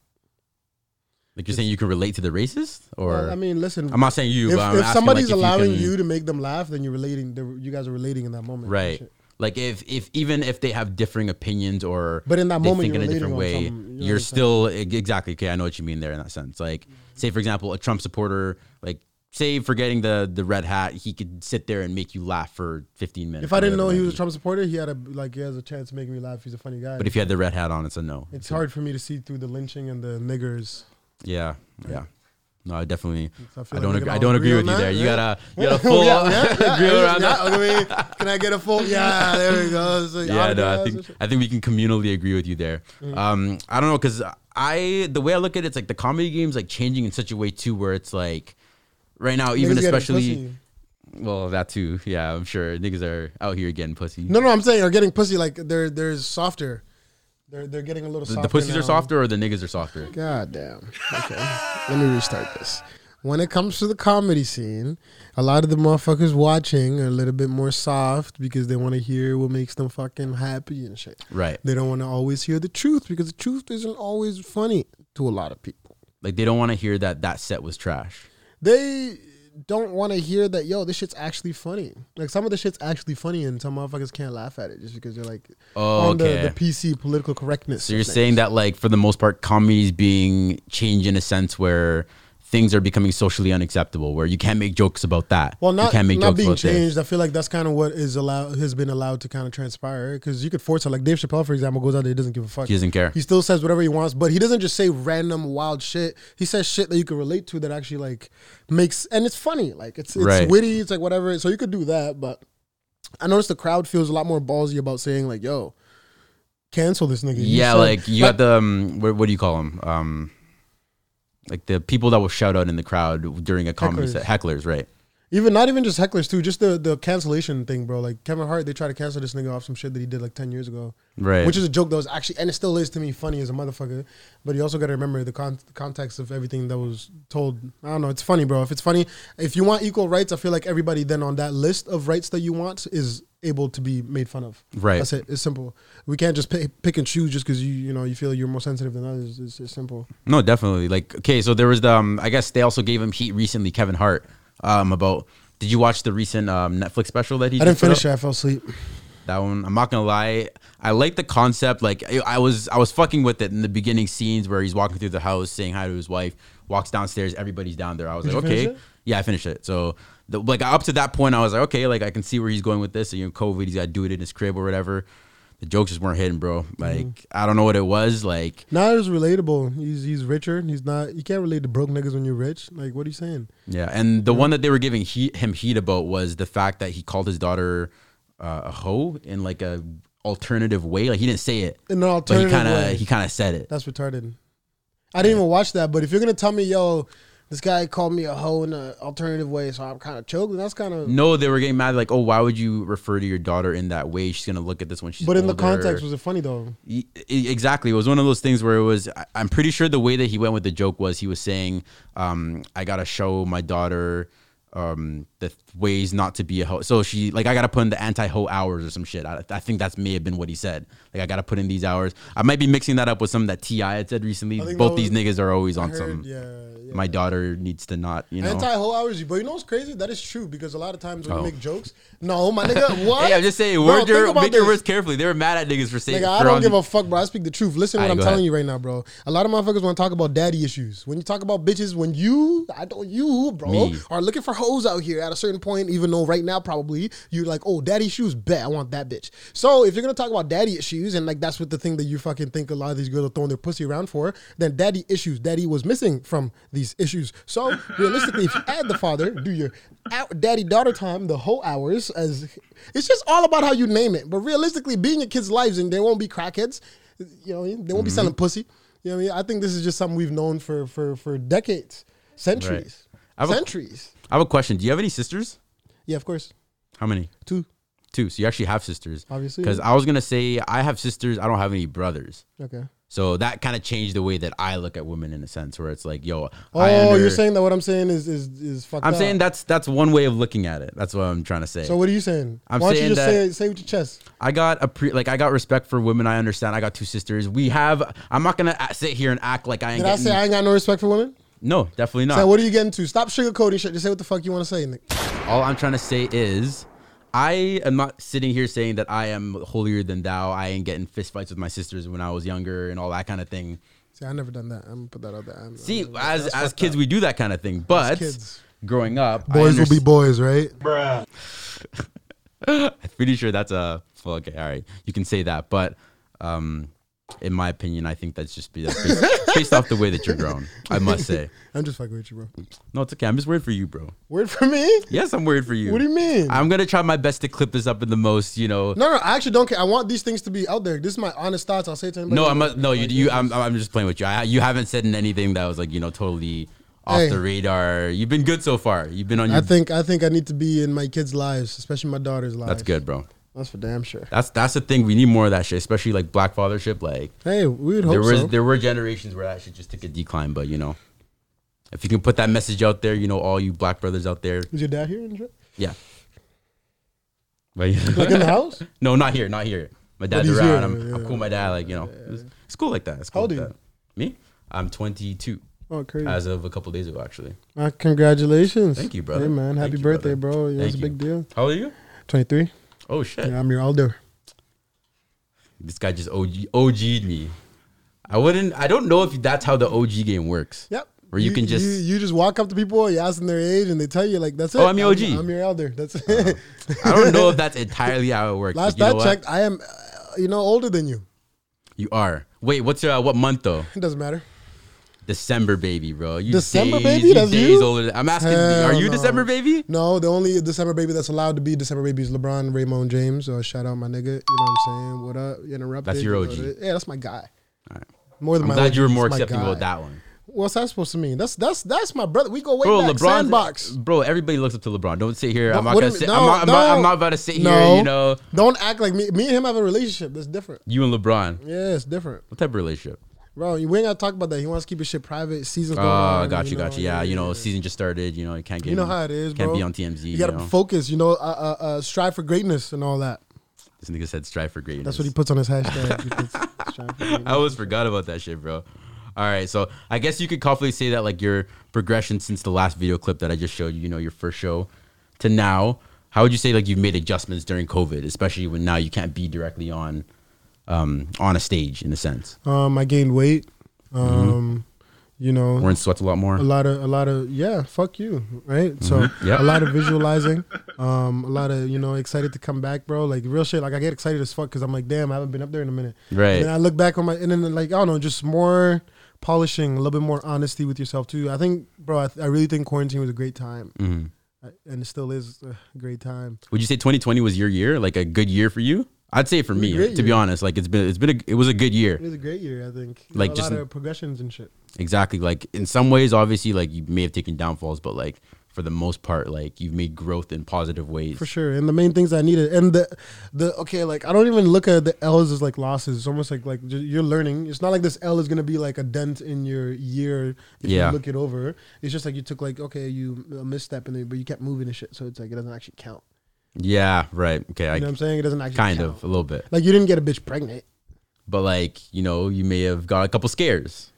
[SPEAKER 2] like you're saying you can relate to the racist, or
[SPEAKER 1] Well, i mean listen
[SPEAKER 2] I'm not saying you.
[SPEAKER 1] if,
[SPEAKER 2] but I'm
[SPEAKER 1] if
[SPEAKER 2] asking,
[SPEAKER 1] somebody's
[SPEAKER 2] like, if
[SPEAKER 1] allowing
[SPEAKER 2] you,
[SPEAKER 1] you,
[SPEAKER 2] can-
[SPEAKER 1] to make them laugh then you're relating they're- you guys are relating in that moment and
[SPEAKER 2] right?
[SPEAKER 1] shit.
[SPEAKER 2] Like if if even if they have differing opinions or
[SPEAKER 1] But in that
[SPEAKER 2] they
[SPEAKER 1] moment,
[SPEAKER 2] think
[SPEAKER 1] you're
[SPEAKER 2] in a different
[SPEAKER 1] relating on
[SPEAKER 2] way,
[SPEAKER 1] something, you know what
[SPEAKER 2] you're
[SPEAKER 1] I'm
[SPEAKER 2] still e- exactly okay. I know what you mean there in that sense. Like say for example, a Trump supporter, like say forgetting the the red hat, he could sit there and make you laugh for 15 minutes.
[SPEAKER 1] if i
[SPEAKER 2] or
[SPEAKER 1] didn't know
[SPEAKER 2] whatever it
[SPEAKER 1] he
[SPEAKER 2] might
[SPEAKER 1] was a
[SPEAKER 2] be.
[SPEAKER 1] trump supporter he had a like he has a chance of making me laugh he's a funny guy
[SPEAKER 2] but if you had the red hat on, it's a no.
[SPEAKER 1] it's hard for me to see through the lynching and the niggers
[SPEAKER 2] Yeah, yeah. No, I definitely.
[SPEAKER 1] So
[SPEAKER 2] I
[SPEAKER 1] like
[SPEAKER 2] don't.
[SPEAKER 1] we
[SPEAKER 2] agree,
[SPEAKER 1] can
[SPEAKER 2] I
[SPEAKER 1] all
[SPEAKER 2] don't agree
[SPEAKER 1] on
[SPEAKER 2] with you
[SPEAKER 1] that,
[SPEAKER 2] there. You
[SPEAKER 1] yeah?
[SPEAKER 2] gotta. You gotta full
[SPEAKER 1] <laughs> yeah, yeah, yeah,
[SPEAKER 2] <laughs> agree around
[SPEAKER 1] yeah,
[SPEAKER 2] that.
[SPEAKER 1] okay, can I get a full? Yeah, there we go. It's like
[SPEAKER 2] Yeah, no, I
[SPEAKER 1] autographs and
[SPEAKER 2] think
[SPEAKER 1] shit.
[SPEAKER 2] I think we can communally agree with you there.
[SPEAKER 1] Mm-hmm.
[SPEAKER 2] Um, I don't know because I the way I look at it, it's like the comedy game's like changing in such a way too, where it's like right now, even
[SPEAKER 1] Niggas getting
[SPEAKER 2] especially
[SPEAKER 1] pussy.
[SPEAKER 2] well that too. Yeah, I'm sure niggas are out here getting pussy.
[SPEAKER 1] No, no, I'm saying are getting pussy. Like they're they're softer. They're they're getting a little
[SPEAKER 2] the,
[SPEAKER 1] softer.
[SPEAKER 2] the pussies
[SPEAKER 1] now.
[SPEAKER 2] are softer or the niggas are softer.
[SPEAKER 1] God damn. Okay, let me restart this. When it comes to the comedy scene, a lot of the motherfuckers watching are a little bit more soft because they want to hear what makes them fucking happy and shit.
[SPEAKER 2] Right,
[SPEAKER 1] They don't want to always hear the truth because the truth isn't always funny to a lot of people.
[SPEAKER 2] like they don't want to hear that that set was trash.
[SPEAKER 1] they don't want to hear that yo this shit's actually funny like some of the shit's actually funny and some motherfuckers can't laugh at it just because they're like
[SPEAKER 2] Oh,
[SPEAKER 1] on
[SPEAKER 2] okay.
[SPEAKER 1] the, the pc political correctness
[SPEAKER 2] So you're saying that like for the most part, comedies being changed in a sense where things are becoming socially unacceptable, where you can't make jokes about that.
[SPEAKER 1] well
[SPEAKER 2] you
[SPEAKER 1] not,
[SPEAKER 2] can't make
[SPEAKER 1] not
[SPEAKER 2] jokes
[SPEAKER 1] being
[SPEAKER 2] about this.
[SPEAKER 1] changed i feel like that's kind of what is allowed has been allowed to kind of transpire because you could force it like dave chappelle for example goes out there he doesn't give a fuck
[SPEAKER 2] He doesn't care.
[SPEAKER 1] he still says whatever he wants but he doesn't just say random wild shit he says shit that you can relate to that actually like makes and it's funny like it's it's
[SPEAKER 2] Right.
[SPEAKER 1] witty it's like whatever so you could do that but I noticed the crowd feels a lot more ballsy about saying like, "Yo, cancel this nigga." You
[SPEAKER 2] Yeah,
[SPEAKER 1] said-
[SPEAKER 2] like you got the um, what, what do you call them? Um, like the people that will shout out in the crowd during a comedy
[SPEAKER 1] Hecklers.
[SPEAKER 2] set, hecklers, right?
[SPEAKER 1] even not even just hecklers too. Just the the cancellation thing, bro. Like Kevin Hart, they try to cancel this nigga off some shit that he did like ten years ago,
[SPEAKER 2] Right.
[SPEAKER 1] which is a joke that was actually and it still is to me funny as a motherfucker. But you also got to remember the, con- the context of everything that was told. I don't know. It's funny, bro. If it's funny, if you want equal rights, I feel like everybody then on that list of rights that you want is able to be made fun of.
[SPEAKER 2] Right.
[SPEAKER 1] That's it. It's simple. We can't just pick, pick and choose just because you you know you feel you're more sensitive than others. It's, it's simple.
[SPEAKER 2] no, definitely. Like okay, so there was the um, I guess they also gave him heat recently, Kevin Hart, um, about. Did you watch the recent um, Netflix special that he?
[SPEAKER 1] I
[SPEAKER 2] just
[SPEAKER 1] didn't
[SPEAKER 2] put
[SPEAKER 1] finish
[SPEAKER 2] out?
[SPEAKER 1] it. I fell asleep.
[SPEAKER 2] that one. I'm not gonna lie, I like the concept. Like I- I was, I was fucking with it in the beginning scenes where he's walking through the house, saying hi to his wife, walks downstairs, everybody's down there. I was
[SPEAKER 1] Did
[SPEAKER 2] like,
[SPEAKER 1] you finish
[SPEAKER 2] okay,
[SPEAKER 1] it?
[SPEAKER 2] yeah, I finished it. So the, like up to that point, I was like, okay, like I can see where he's going with this. you know, COVID, he's got to do it in his crib or whatever. The jokes just weren't hitting, bro.
[SPEAKER 1] Mm-hmm.
[SPEAKER 2] Like I don't know what it was. Like
[SPEAKER 1] Now it's relatable. He's he's richer. and He's not. You can't relate to broke niggas when you're rich. Like, what are you saying?
[SPEAKER 2] yeah, and the one that they were giving heat, him heat about was the fact that he called his daughter uh, a hoe in like a alternative way. Like he didn't say it.
[SPEAKER 1] In an
[SPEAKER 2] But he
[SPEAKER 1] alternative
[SPEAKER 2] kind of
[SPEAKER 1] way,
[SPEAKER 2] he kind of said it.
[SPEAKER 1] that's retarded. I didn't even watch that. But if you're gonna tell me, yo, this guy called me a hoe in an alternative way, so I'm kind of choked. Then that's kind of.
[SPEAKER 2] No, they were getting mad. Like, oh, why would you refer to your daughter in that way? She's gonna look at this when she's.
[SPEAKER 1] but in the
[SPEAKER 2] older."
[SPEAKER 1] context, was it funny though?
[SPEAKER 2] E- e- exactly, it was one of those things where it was. I- I'm pretty sure the way that he went with the joke was he was saying, um, "I gotta show my daughter." um the th- ways not to be a hoe. So she like I gotta put in the anti hoe hours or some shit. I, I think that's may have been what he said. Like I gotta put in these hours. I might be mixing that up with something that Ti had said recently.
[SPEAKER 1] think
[SPEAKER 2] Both
[SPEAKER 1] that
[SPEAKER 2] these
[SPEAKER 1] was-
[SPEAKER 2] niggas are always on
[SPEAKER 1] heard,
[SPEAKER 2] some.
[SPEAKER 1] yeah, yeah.
[SPEAKER 2] My daughter needs to not you know.
[SPEAKER 1] Anti whole hours, but you know what's crazy? That is true because a lot of times when
[SPEAKER 2] Oh.
[SPEAKER 1] you make jokes, no, my nigga, what?
[SPEAKER 2] <laughs> Hey, I'm just saying,
[SPEAKER 1] Bro,
[SPEAKER 2] word
[SPEAKER 1] think
[SPEAKER 2] your,
[SPEAKER 1] about
[SPEAKER 2] make your
[SPEAKER 1] this.
[SPEAKER 2] words carefully. They were mad at niggas for saying.
[SPEAKER 1] Nigga, I
[SPEAKER 2] for on-
[SPEAKER 1] don't give a fuck, bro. I speak the truth. Listen to
[SPEAKER 2] Aight,
[SPEAKER 1] what I'm
[SPEAKER 2] go
[SPEAKER 1] telling
[SPEAKER 2] ahead.
[SPEAKER 1] you right now, bro. A lot of motherfuckers want to talk about daddy issues. When you talk about bitches, when you, I don't, you, bro,
[SPEAKER 2] Me.
[SPEAKER 1] are looking for hoes out here at a certain point, even though right now probably you're like, oh, daddy issues, bet I want that bitch. So if you're gonna talk about daddy issues and like that's what the thing that you fucking think a lot of these girls are throwing their pussy around for, then daddy issues, daddy was missing from these issues. So realistically, if you add the father, do your daddy daughter time, the whole hours, as it's just all about how you name it. But realistically, being your kids' lives and they won't be crackheads, you know, what I mean? they won't be selling pussy. You know what I mean? I think this is just something we've known for for for decades, centuries,
[SPEAKER 2] I have a-
[SPEAKER 1] centuries.
[SPEAKER 2] I have a question. Do you have any sisters?
[SPEAKER 1] Yeah, of course.
[SPEAKER 2] How many?
[SPEAKER 1] Two.
[SPEAKER 2] Two. So you actually have sisters.
[SPEAKER 1] Obviously,
[SPEAKER 2] Because I was gonna say I have sisters. I don't have any brothers.
[SPEAKER 1] Okay.
[SPEAKER 2] So that kind of changed the way that I look at women in a sense, where it's like, yo,
[SPEAKER 1] Oh,
[SPEAKER 2] I
[SPEAKER 1] you're
[SPEAKER 2] under-
[SPEAKER 1] saying that what I'm saying is is is fucked
[SPEAKER 2] I'm
[SPEAKER 1] up.
[SPEAKER 2] saying that's that's one way of looking at it. That's what I'm trying to say.
[SPEAKER 1] So what are you saying?
[SPEAKER 2] I'm
[SPEAKER 1] Why don't
[SPEAKER 2] saying
[SPEAKER 1] you just
[SPEAKER 2] that-
[SPEAKER 1] say say it with your chest?
[SPEAKER 2] I got a pre like I got respect for women. I understand. I got two sisters. We have. I'm not gonna a- sit here and act like I ain't.
[SPEAKER 1] Did I
[SPEAKER 2] getting,
[SPEAKER 1] say I ain't got no respect for women?
[SPEAKER 2] no, definitely not.
[SPEAKER 1] So what are you getting to? Stop sugarcoating shit. Just say what the fuck you want to say, Nick.
[SPEAKER 2] All I'm trying to say is, I am not sitting here saying that I am holier than thou. I ain't getting fistfights with my sisters when I was younger and all that kind of thing.
[SPEAKER 1] See, I never done that. I'm gonna put that out there. I'm, uh,
[SPEAKER 2] See,
[SPEAKER 1] I'm-
[SPEAKER 2] as
[SPEAKER 1] that's
[SPEAKER 2] as
[SPEAKER 1] fucked
[SPEAKER 2] kids,
[SPEAKER 1] up.
[SPEAKER 2] we do that kind of thing. But
[SPEAKER 1] kids.
[SPEAKER 2] growing up, I
[SPEAKER 1] boys will
[SPEAKER 2] understand-
[SPEAKER 1] be boys, right?
[SPEAKER 2] I'm pretty sure that's a well, okay. All right, you can say that, but um, in my opinion, I think that's just be that's
[SPEAKER 1] <laughs>
[SPEAKER 2] based, based off the way that you're grown. I must say,
[SPEAKER 1] I'm just fucking with you, bro.
[SPEAKER 2] no, it's okay. I'm just worried for you, bro.
[SPEAKER 1] Word for me?
[SPEAKER 2] Yes, I'm worried for you.
[SPEAKER 1] What do you mean?
[SPEAKER 2] I'm gonna try my best to clip this up in the most, you know.
[SPEAKER 1] no, no, I actually don't care. I want these things to be out there. This is my honest thoughts. I'll say it to anybody.
[SPEAKER 2] No, I'm not, no, you, you I'm, I'm just playing with you. I, you haven't said anything that was like you know totally off
[SPEAKER 1] Hey.
[SPEAKER 2] the radar. You've been good so far. You've been on your.
[SPEAKER 1] I think I think I need to be in my kids' lives, especially my daughter's lives.
[SPEAKER 2] <laughs> that's good, bro.
[SPEAKER 1] That's for damn sure.
[SPEAKER 2] That's that's the thing. We need more of that shit, especially like black fathership. Like
[SPEAKER 1] Hey, we would hope
[SPEAKER 2] there was
[SPEAKER 1] so.
[SPEAKER 2] there were generations where that should just take a decline, but you know, if you can put that message out there, you know, all you black brothers out there,
[SPEAKER 1] Is your dad here?
[SPEAKER 2] <laughs>
[SPEAKER 1] In,
[SPEAKER 2] yeah. But <laughs> yeah.
[SPEAKER 1] like in the house?
[SPEAKER 2] no, not here, not here. My dad's
[SPEAKER 1] he's
[SPEAKER 2] around.
[SPEAKER 1] here,
[SPEAKER 2] I'm, I'm
[SPEAKER 1] yeah.
[SPEAKER 2] cool. with My dad, like you know, it's, it's cool like that. It's cool
[SPEAKER 1] How old
[SPEAKER 2] like
[SPEAKER 1] are you?
[SPEAKER 2] that. Me, I'm 22
[SPEAKER 1] Oh, crazy.
[SPEAKER 2] as of a couple days ago, actually.
[SPEAKER 1] Uh, congratulations.
[SPEAKER 2] Thank you, brother.
[SPEAKER 1] Hey, man.
[SPEAKER 2] Thank
[SPEAKER 1] Happy
[SPEAKER 2] you,
[SPEAKER 1] birthday,
[SPEAKER 2] brother.
[SPEAKER 1] bro. Yeah, it's a big
[SPEAKER 2] Thank
[SPEAKER 1] deal.
[SPEAKER 2] How old are you?
[SPEAKER 1] 23.
[SPEAKER 2] Oh shit!
[SPEAKER 1] Yeah, I'm your older.
[SPEAKER 2] This guy just OG OG'd me. I wouldn't. I don't know if that's how the OG game works.
[SPEAKER 1] Yep.
[SPEAKER 2] Where you can just-
[SPEAKER 1] you, you just walk up to people, you ask them their age, and they tell you like that's it.
[SPEAKER 2] Oh, I'm your OG.
[SPEAKER 1] I'm, your elder. That's it. <laughs>
[SPEAKER 2] I don't know if that's entirely how it works.
[SPEAKER 1] Last
[SPEAKER 2] but you know
[SPEAKER 1] I
[SPEAKER 2] what?
[SPEAKER 1] checked, I am, uh, you know, older than you.
[SPEAKER 2] you are. Wait, what's your uh, what month though?
[SPEAKER 1] It doesn't matter.
[SPEAKER 2] December baby, bro. You
[SPEAKER 1] December
[SPEAKER 2] days,
[SPEAKER 1] baby?
[SPEAKER 2] You
[SPEAKER 1] That's
[SPEAKER 2] days
[SPEAKER 1] you?
[SPEAKER 2] older. Than, I'm asking,
[SPEAKER 1] Hell
[SPEAKER 2] are you
[SPEAKER 1] no.
[SPEAKER 2] December baby?
[SPEAKER 1] No, the only December baby that's allowed to be December baby is LeBron Raymond James. Uh, shout out my nigga. You know what I'm saying? What up? You Interrupted.
[SPEAKER 2] That's your
[SPEAKER 1] You
[SPEAKER 2] OG.
[SPEAKER 1] know what it- Yeah, that's my guy.
[SPEAKER 2] All right.
[SPEAKER 1] More than
[SPEAKER 2] I'm
[SPEAKER 1] my
[SPEAKER 2] glad
[SPEAKER 1] OG,
[SPEAKER 2] you were more
[SPEAKER 1] that's my
[SPEAKER 2] accepting
[SPEAKER 1] guy.
[SPEAKER 2] about that one,
[SPEAKER 1] What's that supposed to mean? That's that's that's my brother. We go way
[SPEAKER 2] bro.
[SPEAKER 1] back.
[SPEAKER 2] LeBron,
[SPEAKER 1] Sandbox.
[SPEAKER 2] bro. Everybody looks up to LeBron. Don't sit here. I'm
[SPEAKER 1] What-
[SPEAKER 2] not
[SPEAKER 1] what
[SPEAKER 2] gonna
[SPEAKER 1] do you
[SPEAKER 2] sit.
[SPEAKER 1] mean?
[SPEAKER 2] I'm,
[SPEAKER 1] No,
[SPEAKER 2] not, I'm, not, I'm
[SPEAKER 1] no.
[SPEAKER 2] not about to sit here.
[SPEAKER 1] No.
[SPEAKER 2] You know,
[SPEAKER 1] Don't act like me. Me and him have a relationship. That's different.
[SPEAKER 2] you and LeBron.
[SPEAKER 1] Yeah, it's different.
[SPEAKER 2] What type of relationship?
[SPEAKER 1] Bro, we ain't gotta talk about that. He wants to keep his shit private. Season's
[SPEAKER 2] Oh,
[SPEAKER 1] going on.
[SPEAKER 2] got you, got you. Yeah, you know,
[SPEAKER 1] yeah.
[SPEAKER 2] season just started. You know, you can't get.
[SPEAKER 1] you know how it is,
[SPEAKER 2] Can't
[SPEAKER 1] bro.
[SPEAKER 2] be on TMZ.
[SPEAKER 1] You gotta
[SPEAKER 2] know?
[SPEAKER 1] focus. You know, uh, uh, uh, strive for greatness and all that.
[SPEAKER 2] This nigga said strive for greatness.
[SPEAKER 1] That's what he puts on his
[SPEAKER 2] <laughs>
[SPEAKER 1] hashtag. He puts strive for greatness.
[SPEAKER 2] I always forgot about that shit, bro. All right, so I guess you could confidently say that like your progression since the last video clip that I just showed you, you know, your first show to now. How would you say like you've made adjustments during COVID, especially when now you can't be directly on um on a stage in a sense.
[SPEAKER 1] Um, I gained weight.
[SPEAKER 2] Mm-hmm.
[SPEAKER 1] Um, you know,
[SPEAKER 2] We're in sweats a lot more.
[SPEAKER 1] a lot of a lot of yeah fuck you right so
[SPEAKER 2] Mm-hmm. Yep.
[SPEAKER 1] a lot of visualizing um a lot of you know excited to come back bro like real shit like i get excited as fuck because i'm like damn i haven't been up there in a minute
[SPEAKER 2] Right.
[SPEAKER 1] and then i look back on my and then like i don't know just more polishing a little bit more honesty with yourself too i think bro i, I really think quarantine was a great time
[SPEAKER 2] Mhm.
[SPEAKER 1] I- and it still is a great time
[SPEAKER 2] Would you say 2020 was your year, like a good year for you? I'd say for
[SPEAKER 1] was a
[SPEAKER 2] me,
[SPEAKER 1] great
[SPEAKER 2] to be
[SPEAKER 1] year.
[SPEAKER 2] honest, like it's been it's been a, it was a good year.
[SPEAKER 1] it was a great year i think You
[SPEAKER 2] Like,
[SPEAKER 1] know, a
[SPEAKER 2] just-
[SPEAKER 1] lot of progressions and shit
[SPEAKER 2] Exactly. Like in some ways, obviously, like you may have taken downfalls, but like for the most part, like you've made growth in positive ways.
[SPEAKER 1] for sure. And the main things I needed, and the the okay, like I don't even look at the L's as like losses. It's almost like like ju- you're learning. It's not like this L is gonna be like a dent in your year if
[SPEAKER 2] Yeah.
[SPEAKER 1] you look it over. It's just like you took like okay, you a misstep and then but you kept moving and shit. So it's like it doesn't actually count.
[SPEAKER 2] Yeah, right. Okay,
[SPEAKER 1] You know what
[SPEAKER 2] I
[SPEAKER 1] I'm saying? It doesn't actually
[SPEAKER 2] kind
[SPEAKER 1] count.
[SPEAKER 2] of a little bit,
[SPEAKER 1] Like you didn't get a bitch pregnant.
[SPEAKER 2] but like you know, you may have got a couple scares.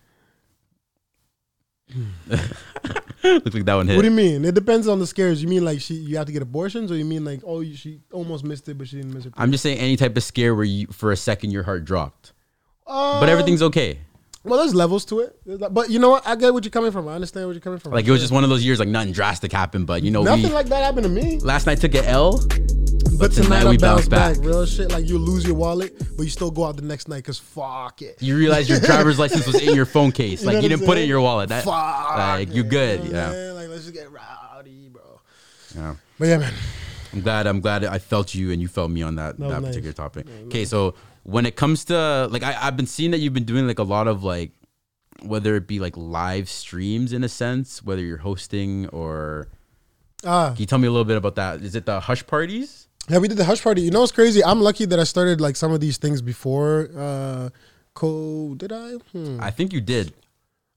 [SPEAKER 2] <laughs> Looked like that one hit.
[SPEAKER 1] What do you mean? It depends on the scares. You mean like she you have to get abortions, or you mean like oh you, she almost missed it but she didn't miss it.
[SPEAKER 2] I'm just saying any type of scare where you for a second your heart dropped,
[SPEAKER 1] Um,
[SPEAKER 2] but everything's okay.
[SPEAKER 1] well. There's levels to it, There's like- but you know what? I get what you're coming from. I understand where you're coming from.
[SPEAKER 2] Like it was just one of those years, like nothing drastic happened, but you know,
[SPEAKER 1] nothing
[SPEAKER 2] we
[SPEAKER 1] like that happened to me.
[SPEAKER 2] last night took an L.
[SPEAKER 1] But,
[SPEAKER 2] tonight
[SPEAKER 1] tonight, I
[SPEAKER 2] we
[SPEAKER 1] bounce
[SPEAKER 2] bounce
[SPEAKER 1] back.
[SPEAKER 2] back.
[SPEAKER 1] real shit. Like you lose your wallet, but you still go out the next night because fuck it.
[SPEAKER 2] You
[SPEAKER 1] <laughs>
[SPEAKER 2] realize your driver's license was in your phone case,
[SPEAKER 1] know
[SPEAKER 2] like you
[SPEAKER 1] what I'm
[SPEAKER 2] didn't put it in
[SPEAKER 1] saying?
[SPEAKER 2] your wallet. That,
[SPEAKER 1] fuck,
[SPEAKER 2] like you
[SPEAKER 1] man.
[SPEAKER 2] good,
[SPEAKER 1] know what I'm
[SPEAKER 2] yeah.
[SPEAKER 1] saying? Like let's just get rowdy, bro.
[SPEAKER 2] yeah.
[SPEAKER 1] But yeah, man.
[SPEAKER 2] I'm glad. I'm glad I felt you and you felt me on that
[SPEAKER 1] No,
[SPEAKER 2] that
[SPEAKER 1] nice.
[SPEAKER 2] particular topic. Okay, so when it comes to like, I, I've been seeing that you've been doing like a lot of like, whether it be like live streams in a sense, whether you're hosting or
[SPEAKER 1] Ah,
[SPEAKER 2] can you tell me a little bit about that? Is it the hush parties?
[SPEAKER 1] Yeah, we did the hush party. You know what's crazy? I'm lucky that I started like some of these things before. Uh, co did I? Hmm.
[SPEAKER 2] I think you did.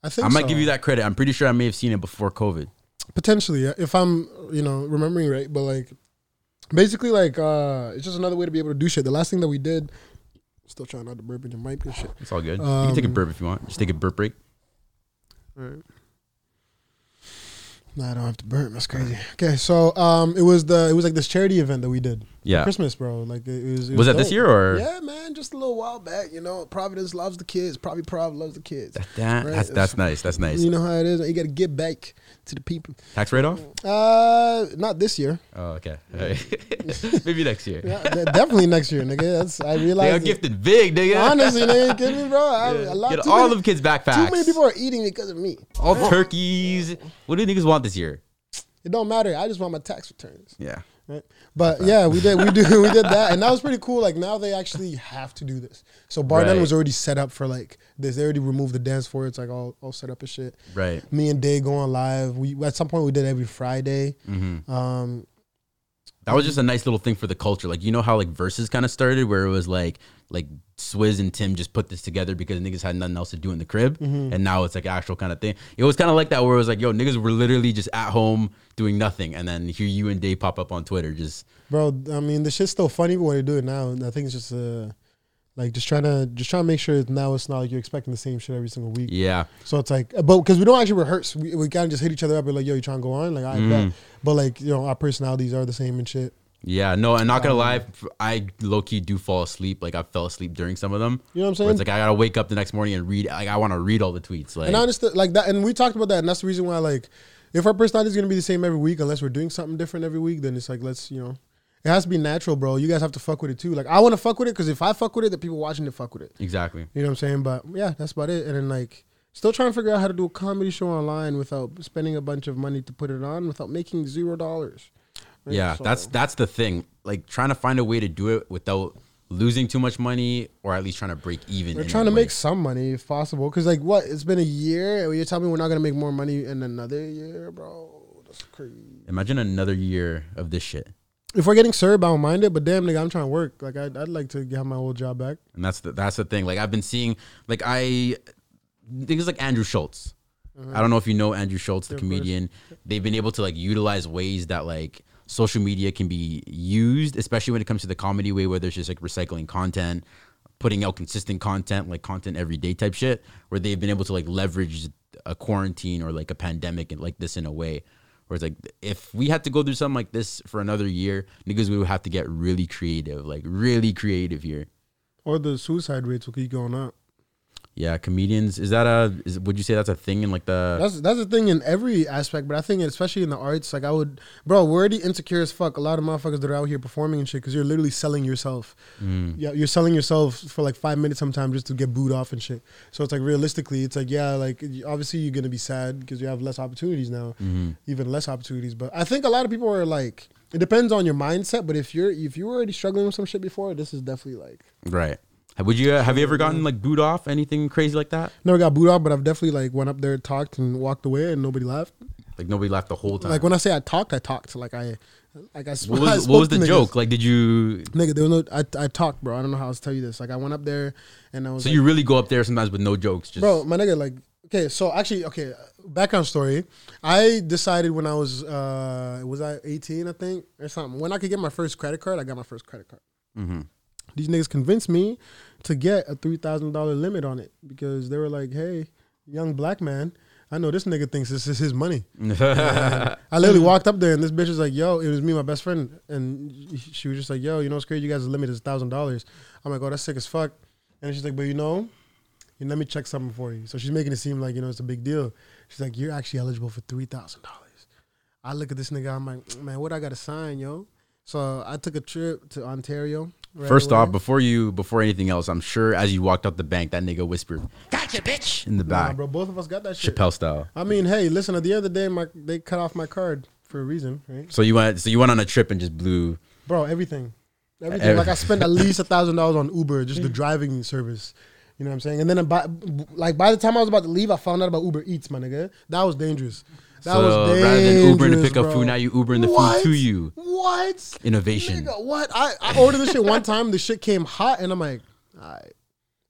[SPEAKER 1] I think
[SPEAKER 2] I might
[SPEAKER 1] so.
[SPEAKER 2] give you that credit. I'm pretty sure I may have seen it before COVID.
[SPEAKER 1] potentially yeah, if I'm you know remembering right. But like basically like uh, it's just another way to be able to do shit. The last thing that we did, still trying not to burp in your mic and shit.
[SPEAKER 2] It's all good. you can take a
[SPEAKER 1] Um,
[SPEAKER 2] burp if you want. Just take a burp break.
[SPEAKER 1] Nah, I don't have to burp. That's crazy. Okay, so um, it was the it was like this charity event that we did.
[SPEAKER 2] Yeah.
[SPEAKER 1] Christmas, bro. Like it was. It
[SPEAKER 2] Was that this
[SPEAKER 1] dope.
[SPEAKER 2] year or?
[SPEAKER 1] Yeah, man, just a little while back. You know, Providence loves the kids. Probably Prov loves the kids.
[SPEAKER 2] That,
[SPEAKER 1] Right, it's-
[SPEAKER 2] that's that's nice. That's nice.
[SPEAKER 1] You know how it is. You got to get back to the people.
[SPEAKER 2] Tax write off?
[SPEAKER 1] Uh, not this year.
[SPEAKER 2] Oh, okay.
[SPEAKER 1] <laughs>
[SPEAKER 2] All right. <laughs> Maybe next year.
[SPEAKER 1] Yeah, de- definitely next year, nigga. That's I
[SPEAKER 2] They are
[SPEAKER 1] realized. it.
[SPEAKER 2] gifted big, nigga.
[SPEAKER 1] Honestly, nigga, you kidding me, bro? I, a lot,
[SPEAKER 2] Get
[SPEAKER 1] too
[SPEAKER 2] all
[SPEAKER 1] many,
[SPEAKER 2] of kids backpacks.
[SPEAKER 1] too many people are eating because of me.
[SPEAKER 2] all turkeys. What do you niggas want this year?
[SPEAKER 1] It don't matter. I just want my tax returns.
[SPEAKER 2] Yeah.
[SPEAKER 1] Right? But yeah, we did we do we did that, and that was pretty cool. Like now they actually have to do this. So Bar None
[SPEAKER 2] Right.
[SPEAKER 1] was already set up for like this. They already removed the dance floor. It's like all all set up and shit.
[SPEAKER 2] Right.
[SPEAKER 1] Me and Day going live. We at some point we did every Friday.
[SPEAKER 2] Mm.
[SPEAKER 1] Um,
[SPEAKER 2] That was just a nice little thing for the culture. Like you know how like verses kind of started where it was like like Swizz and Tim just put this together because niggas had nothing else to do in the crib,
[SPEAKER 1] Mm-hmm.
[SPEAKER 2] and now it's like actual kind of thing. It was kind of like that where it was like, yo, niggas were literally just at home doing nothing, and then here you and Dave pop up on Twitter, just
[SPEAKER 1] Bro, I mean, the shit's still funny when you do it now. And I think it's just uh, like just trying to just trying to make sure that now it's not like you're expecting the same shit every single week.
[SPEAKER 2] yeah,
[SPEAKER 1] So it's like, uh, but because we don't actually rehearse, we, we kind of just hit each other up. We're like, yo, you trying to go on? Like, I
[SPEAKER 2] Mm.
[SPEAKER 1] bet. But like, you know, our personalities are the same and shit.
[SPEAKER 2] yeah. No, I'm not gonna lie, I low key do fall asleep. Like I fell asleep during some of them.
[SPEAKER 1] You know what I'm
[SPEAKER 2] Where
[SPEAKER 1] saying?
[SPEAKER 2] it's like I gotta wake up the next morning and read. Like I want to read all the tweets. Like
[SPEAKER 1] and I understand like that. And we talked about that, and that's the reason why like if our personality is gonna be the same every week, unless we're doing something different every week, then it's like let's you know. It has to be natural, bro. You guys have to fuck with it too. Like I want to fuck with it because if I fuck with it, the people watching it fuck with it.
[SPEAKER 2] exactly.
[SPEAKER 1] You know what I'm saying? But yeah, that's about it. And then like still trying to figure out how to do a comedy show online without spending a bunch of money to put it on without making zero dollars. Right?
[SPEAKER 2] Yeah,
[SPEAKER 1] So-
[SPEAKER 2] that's that's the thing. Like trying to find a way to do it without losing too much money, or at least trying to break even.
[SPEAKER 1] we're
[SPEAKER 2] in
[SPEAKER 1] trying
[SPEAKER 2] that
[SPEAKER 1] to
[SPEAKER 2] way.
[SPEAKER 1] make some money if possible. Cause like what? It's been a year and you're telling me we're not gonna make more money in another year, bro. That's crazy.
[SPEAKER 2] Imagine another year of this shit,
[SPEAKER 1] If we're getting served, I don't mind it, but damn nigga, I'm trying to work. Like I'd, I'd like to get my old job back.
[SPEAKER 2] and that's the that's the thing. Like I've been seeing, like I things like Andrew Schultz. I don't know if you know Andrew Schultz, the comedian. They've been able to like utilize ways that like social media can be used, especially when it comes to the comedy way, where there's just like recycling content, putting out consistent content, like content every day type shit, where they've been able to like leverage a quarantine or like a pandemic and like this in a way. Where it's like if we had to go through something like this for another year, niggas we would have to get really creative, like really creative here.
[SPEAKER 1] Or the suicide rates will keep going up.
[SPEAKER 2] Yeah, comedians is that a is, would you say that's a thing in like the
[SPEAKER 1] That's that's the thing in every aspect, but I think especially in the arts, like I would, bro, we're already insecure as fuck. A lot of motherfuckers that are out here performing and shit because you're literally selling yourself. Yeah, you're selling yourself for like five minutes sometimes just to get booed off and shit. So it's like realistically, it's like yeah, like y- obviously you're gonna be sad because you have less opportunities now, even less opportunities. But I think a lot of people are like, it depends on your mindset. But if you're if you were already struggling with some shit before, this is definitely like
[SPEAKER 2] Right. Would you uh, have you ever gotten like booed off anything crazy like that?
[SPEAKER 1] never got booed off, but I've definitely like went up there, talked and walked away, and nobody laughed.
[SPEAKER 2] Like nobody laughed the whole time.
[SPEAKER 1] Like when I say I talked, I talked. Like I, like <laughs> I. sp-
[SPEAKER 2] what
[SPEAKER 1] I
[SPEAKER 2] was,
[SPEAKER 1] spoke
[SPEAKER 2] what was
[SPEAKER 1] to
[SPEAKER 2] the
[SPEAKER 1] niggas.
[SPEAKER 2] joke? Like, did you?
[SPEAKER 1] Nigga, there was no. I, I talked, bro. I don't know how else to tell you this. Like I went up there, and I was.
[SPEAKER 2] So
[SPEAKER 1] like,
[SPEAKER 2] you really go up there sometimes with no jokes, just
[SPEAKER 1] bro my nigga like okay so actually okay background story i decided when i was uh was i 18 i think or something when i could get my first credit card i got my first credit card
[SPEAKER 2] Mm-hmm.
[SPEAKER 1] these niggas convinced me to get a $3000 limit on it because they were like hey young black man I know this nigga thinks this is his money. I
[SPEAKER 2] Mm.
[SPEAKER 1] literally walked up there and this bitch was like, "Yo, it was me, and my best friend," and she was just like, "Yo, you know what's crazy? You guys' limit is thousand dollars." I'm like, "Oh, that's sick as fuck," and she's like, "But you know, you let me check something for you. So she's making it seem like, you know, it's a big deal. She's like, you're actually eligible for $3,000. I look at this nigga, I'm like, man, what I got to sign, yo? So I took a trip to Ontario. right
[SPEAKER 2] <laughs> First
[SPEAKER 1] away.
[SPEAKER 2] off, before you, before anything else, I'm sure as you walked out the bank, that nigga whispered
[SPEAKER 3] Gotcha, bitch.
[SPEAKER 2] in the
[SPEAKER 1] nah,
[SPEAKER 2] back,
[SPEAKER 1] bro, both of us got that shit.
[SPEAKER 2] Chappelle style.
[SPEAKER 1] I mean, hey, listen, at the end of the day, my, they cut off my card for a reason, right?
[SPEAKER 2] So you went, so you went on a trip and just blew.
[SPEAKER 1] Bro, everything. Everything.
[SPEAKER 2] Every-
[SPEAKER 1] like I spent at least $1,000 on Uber, just the driving service. You know what I'm saying? And then, uh, by, like, by the time I was about to leave, I found out about Uber Eats, my nigga. That was dangerous. That
[SPEAKER 2] so
[SPEAKER 1] was dangerous.
[SPEAKER 2] rather than Ubering to pick up
[SPEAKER 1] bro.
[SPEAKER 2] food, now you Ubering the
[SPEAKER 1] What?
[SPEAKER 2] food to you.
[SPEAKER 1] What?
[SPEAKER 2] Innovation.
[SPEAKER 1] Nigga, what? I, I ordered this shit one time. The shit came hot, and I'm like, all right,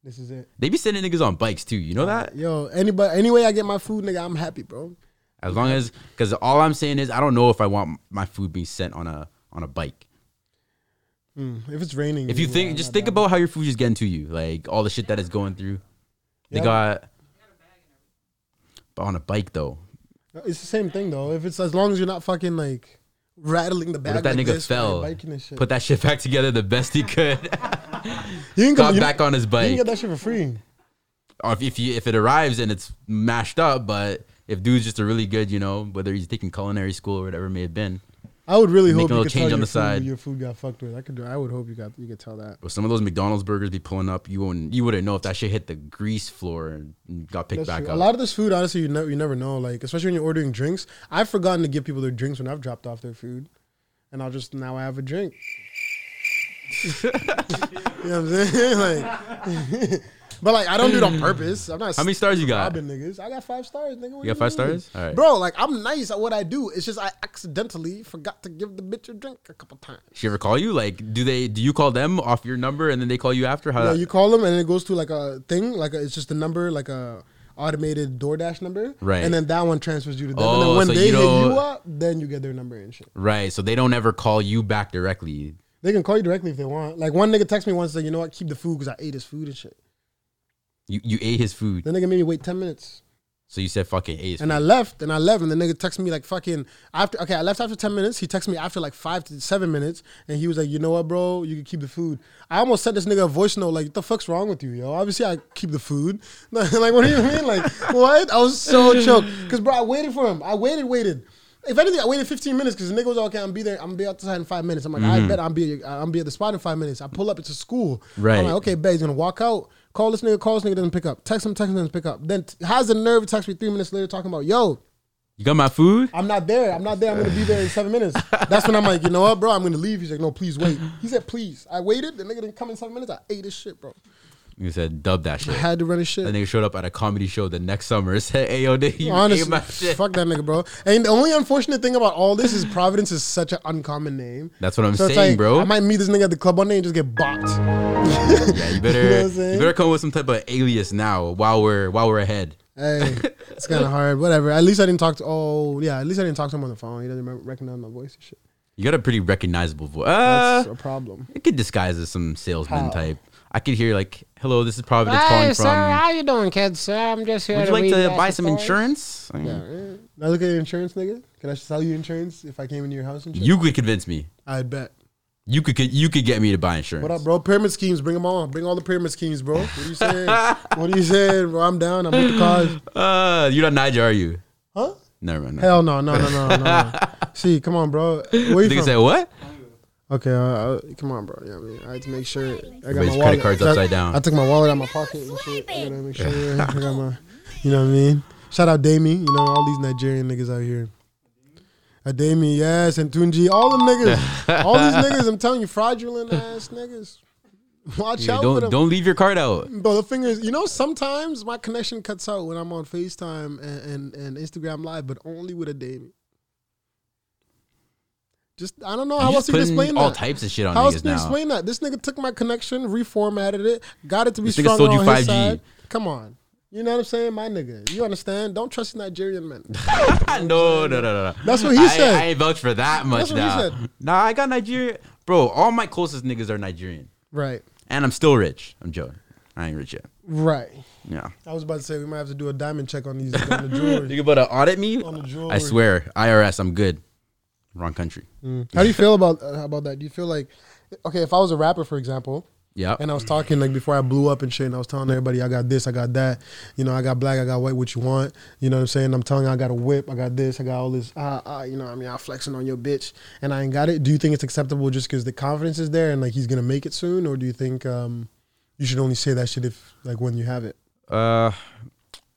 [SPEAKER 1] this is it.
[SPEAKER 2] They be sending niggas on bikes too. You know that?
[SPEAKER 1] Yo, anybody, any way I get my food, nigga, I'm happy, bro.
[SPEAKER 2] As long as, because all I'm saying is, I don't know if I want my food being sent on a on a bike.
[SPEAKER 1] Mm, if it's raining,
[SPEAKER 2] If you
[SPEAKER 1] yeah,
[SPEAKER 2] think,
[SPEAKER 1] I'm
[SPEAKER 2] just
[SPEAKER 1] not
[SPEAKER 2] think
[SPEAKER 1] down.
[SPEAKER 2] about how your food is getting to you, like all the shit that it's going through. They
[SPEAKER 1] Yeah.
[SPEAKER 2] got, but on a bike though.
[SPEAKER 1] It's the same thing though. If it's as long as you're not fucking like rattling the bag.
[SPEAKER 2] What if that
[SPEAKER 1] like
[SPEAKER 2] nigga
[SPEAKER 1] this when you're
[SPEAKER 2] fell?
[SPEAKER 1] Biking and shit.
[SPEAKER 2] Put that shit back together the best
[SPEAKER 1] <laughs>
[SPEAKER 2] he could.
[SPEAKER 1] you can
[SPEAKER 2] Got back on his
[SPEAKER 1] You
[SPEAKER 2] bike.
[SPEAKER 1] can get that shit for free.
[SPEAKER 2] or if if, you, if it arrives and it's mashed up, but if dude's just a really good, you know, whether he's taking culinary school or whatever it may have been,
[SPEAKER 1] I would really
[SPEAKER 2] Make
[SPEAKER 1] hope
[SPEAKER 2] a
[SPEAKER 1] you
[SPEAKER 2] little
[SPEAKER 1] could
[SPEAKER 2] change
[SPEAKER 1] tell
[SPEAKER 2] on
[SPEAKER 1] your
[SPEAKER 2] the
[SPEAKER 1] food-
[SPEAKER 2] side.
[SPEAKER 1] your food got fucked with. I could. do- I would hope you got. You could tell that.
[SPEAKER 2] but some of those McDonald's burgers be pulling up, you wouldn't you wouldn't know if that shit hit the grease floor and got picked
[SPEAKER 1] That's
[SPEAKER 2] back
[SPEAKER 1] true.
[SPEAKER 2] up.
[SPEAKER 1] A lot of this food, honestly, you never you never know. Like especially when you're ordering drinks, I've forgotten to give people their drinks when I've dropped off their food, and I'll just now I have a drink. <laughs> you know what I'm saying? <laughs> Like, <laughs> but like I don't do it
[SPEAKER 2] <laughs>
[SPEAKER 1] on purpose. I'm not.
[SPEAKER 2] How many stars you got?
[SPEAKER 1] robbing niggas? I got five stars, nigga. What
[SPEAKER 2] You got
[SPEAKER 1] do
[SPEAKER 2] five
[SPEAKER 1] mean?
[SPEAKER 2] stars? All right.
[SPEAKER 1] bro. Like I'm nice at what I do. It's just I accidentally forgot to give the bitch a drink a couple times.
[SPEAKER 2] She ever call you? Like, do they? Do you call them off your number and then they call you after? How?
[SPEAKER 1] Yeah, you call them and it goes to like a thing, like a, it's just a number, like a automated DoorDash number,
[SPEAKER 2] Right.
[SPEAKER 1] And then that one transfers you to them. and
[SPEAKER 2] Oh,
[SPEAKER 1] then when
[SPEAKER 2] so
[SPEAKER 1] they
[SPEAKER 2] you
[SPEAKER 1] hit
[SPEAKER 2] don't-
[SPEAKER 1] you up, then you get their number and shit.
[SPEAKER 2] right. So they don't ever call you back directly.
[SPEAKER 1] They can call you directly if they want. Like one nigga texted me once and said, "You know what? Keep the food because I ate his food and shit."
[SPEAKER 2] You you ate his food,
[SPEAKER 1] Then nigga made me wait ten minutes,
[SPEAKER 2] so you said fucking ate. His
[SPEAKER 1] and I left, and I left, and the nigga texted me like fucking after. Okay, I left after ten minutes. He texted me after like five to seven minutes, and he was like, "You know what, bro? You can keep the food." I almost sent this nigga a voice note like, "What the fuck's wrong with you, yo?" Obviously, I keep the food. <laughs> like, what do you mean? Like, what? I was so choked because bro, I waited for him. I waited, waited. If anything, I waited 15 minutes because the nigga was like, okay. I'm be there. I'm be outside in five minutes. I'm like, I bet I'm be I'm be at the spot in five minutes. I pull up. It's a school.
[SPEAKER 2] Right.
[SPEAKER 1] I'm like, okay, bet he's gonna walk out. Call this nigga. Call this nigga. Doesn't pick up. Text him. Text him. Doesn't pick up. Then t- has the nerve to text me three minutes later talking about, yo,
[SPEAKER 2] You got my food?
[SPEAKER 1] I'm not there. I'm not there. I'm gonna be there in seven minutes. That's when I'm like, you know what, bro? I'm gonna leave. He's like, no, please wait. He said, please. I waited. The nigga didn't come in seven minutes. I ate his shit, bro.
[SPEAKER 2] You said dub that
[SPEAKER 1] I
[SPEAKER 2] shit.
[SPEAKER 1] had to run his
[SPEAKER 2] That
[SPEAKER 1] shit.
[SPEAKER 2] nigga showed up at a comedy show the next summer. Said, "Hey, yo, nigga, you ate
[SPEAKER 1] Honestly,
[SPEAKER 2] my shit."
[SPEAKER 1] fuck that nigga, bro. And the only unfortunate thing about all this is Providence is such an uncommon name.
[SPEAKER 2] That's what I'm
[SPEAKER 1] So it's
[SPEAKER 2] saying,
[SPEAKER 1] like,
[SPEAKER 2] bro.
[SPEAKER 1] I might meet this nigga at the club one day and just get bopped.
[SPEAKER 2] yeah, you better
[SPEAKER 1] <laughs> You know what
[SPEAKER 2] you,
[SPEAKER 1] I'm saying?
[SPEAKER 2] better come up with some type of alias now while we're while we're ahead.
[SPEAKER 1] Hey, it's kind
[SPEAKER 3] <laughs>
[SPEAKER 1] of hard. Whatever. At least I didn't talk to. Oh, yeah. At least I didn't talk to him on the phone. He doesn't re- recognize my voice and shit.
[SPEAKER 2] You got a pretty recognizable voice. Uh,
[SPEAKER 1] That's a problem.
[SPEAKER 2] it could disguise as some salesman
[SPEAKER 1] How?
[SPEAKER 2] type. I could hear like, "Hello, this is Providence calling from.
[SPEAKER 3] you doing, kids? Sir, I'm just here
[SPEAKER 2] Would you like to buy some insurance?"
[SPEAKER 1] Yeah. eh. Now look at insurance, nigga. Can I sell you insurance if I came into your house and shit?
[SPEAKER 2] You could convince me.
[SPEAKER 1] I'd bet.
[SPEAKER 2] You could you could get me to buy insurance.
[SPEAKER 1] What up, bro? Pyramid schemes. Bring them all. Bring all the pyramid schemes, bro. What are you
[SPEAKER 3] <laughs>
[SPEAKER 1] saying? what are you saying, bro? I'm down. I'm with the cause.
[SPEAKER 2] Uh, you're not Niger, are you?
[SPEAKER 1] Huh?
[SPEAKER 2] Never mind.
[SPEAKER 1] Hell no, no, no, no, no.
[SPEAKER 3] <laughs>
[SPEAKER 1] no. See, come on, bro. Where you
[SPEAKER 2] Nigga
[SPEAKER 1] from?
[SPEAKER 2] said what?
[SPEAKER 1] Okay, uh, uh, come on, bro. Yeah, I, mean, I had to make sure I got
[SPEAKER 2] Everybody's
[SPEAKER 1] my
[SPEAKER 2] credit
[SPEAKER 1] wallet.
[SPEAKER 2] card's
[SPEAKER 1] I-
[SPEAKER 2] upside down.
[SPEAKER 1] I took my wallet out of my pocket and shit. I gotta make sure I got my, you know what I mean. Shout out Damie, you know all these Nigerian niggas out here. Uh, Adami,
[SPEAKER 2] <laughs>
[SPEAKER 1] yes, and Tunji, all the niggas, all these niggas. I'm telling you, fraudulent ass niggas. Watch
[SPEAKER 2] Yeah,
[SPEAKER 1] out for
[SPEAKER 2] don't
[SPEAKER 1] them.
[SPEAKER 2] don't leave your card out.
[SPEAKER 1] Bro, the thing is, you know, sometimes my connection cuts out when I'm on FaceTime and, and, and Instagram Live, but only with a Damien. Just I don't know
[SPEAKER 2] You're
[SPEAKER 1] how else
[SPEAKER 2] just
[SPEAKER 1] you can
[SPEAKER 2] putting
[SPEAKER 1] explain
[SPEAKER 2] all
[SPEAKER 1] that.
[SPEAKER 2] types of shit on
[SPEAKER 1] how else
[SPEAKER 2] niggas
[SPEAKER 1] can you
[SPEAKER 2] now.
[SPEAKER 1] explain that? This nigga took my connection, reformatted it, got it to be
[SPEAKER 2] This nigga
[SPEAKER 1] stronger
[SPEAKER 2] sold you
[SPEAKER 1] on his
[SPEAKER 2] 5G.
[SPEAKER 1] side. Come on, you know what I'm saying, my nigga. You understand? Don't trust Nigerian men.
[SPEAKER 2] <laughs> no, no, no, no, no.
[SPEAKER 1] That's what he
[SPEAKER 2] I,
[SPEAKER 1] said.
[SPEAKER 2] I ain't vouch for that much
[SPEAKER 1] That's what he
[SPEAKER 2] now.
[SPEAKER 1] said.
[SPEAKER 2] Nah, I got Nigeria, bro. All my closest niggas are Nigerian,
[SPEAKER 1] <laughs> right,
[SPEAKER 2] and I'm still rich. I'm joking. I ain't rich yet.
[SPEAKER 1] right.
[SPEAKER 2] Yeah.
[SPEAKER 1] I was about to say we might have to do a diamond check on these on the
[SPEAKER 2] <laughs>
[SPEAKER 1] jewelry.
[SPEAKER 2] You about to audit me?
[SPEAKER 1] On the
[SPEAKER 2] I
[SPEAKER 1] jewelry. Mm.
[SPEAKER 2] swear, IRS, I'm good. Wrong country.
[SPEAKER 1] How do you feel about uh, about that? Do you feel like okay, if I was a rapper, for example,
[SPEAKER 2] Yeah.
[SPEAKER 1] and I was talking like before I blew up and shit, and I was telling everybody I got this, I got that, you know, I got black, I got white, what you want, you know what I'm saying? I'm telling you, I got a whip, I got this, I got all this, ah, ah, you know, what I mean, I'm flexing on your bitch, and I ain't got it. Do you think it's acceptable just because the confidence is there and like he's gonna make it soon, or do you think um you should only say that shit if like when you have it?
[SPEAKER 2] Uh,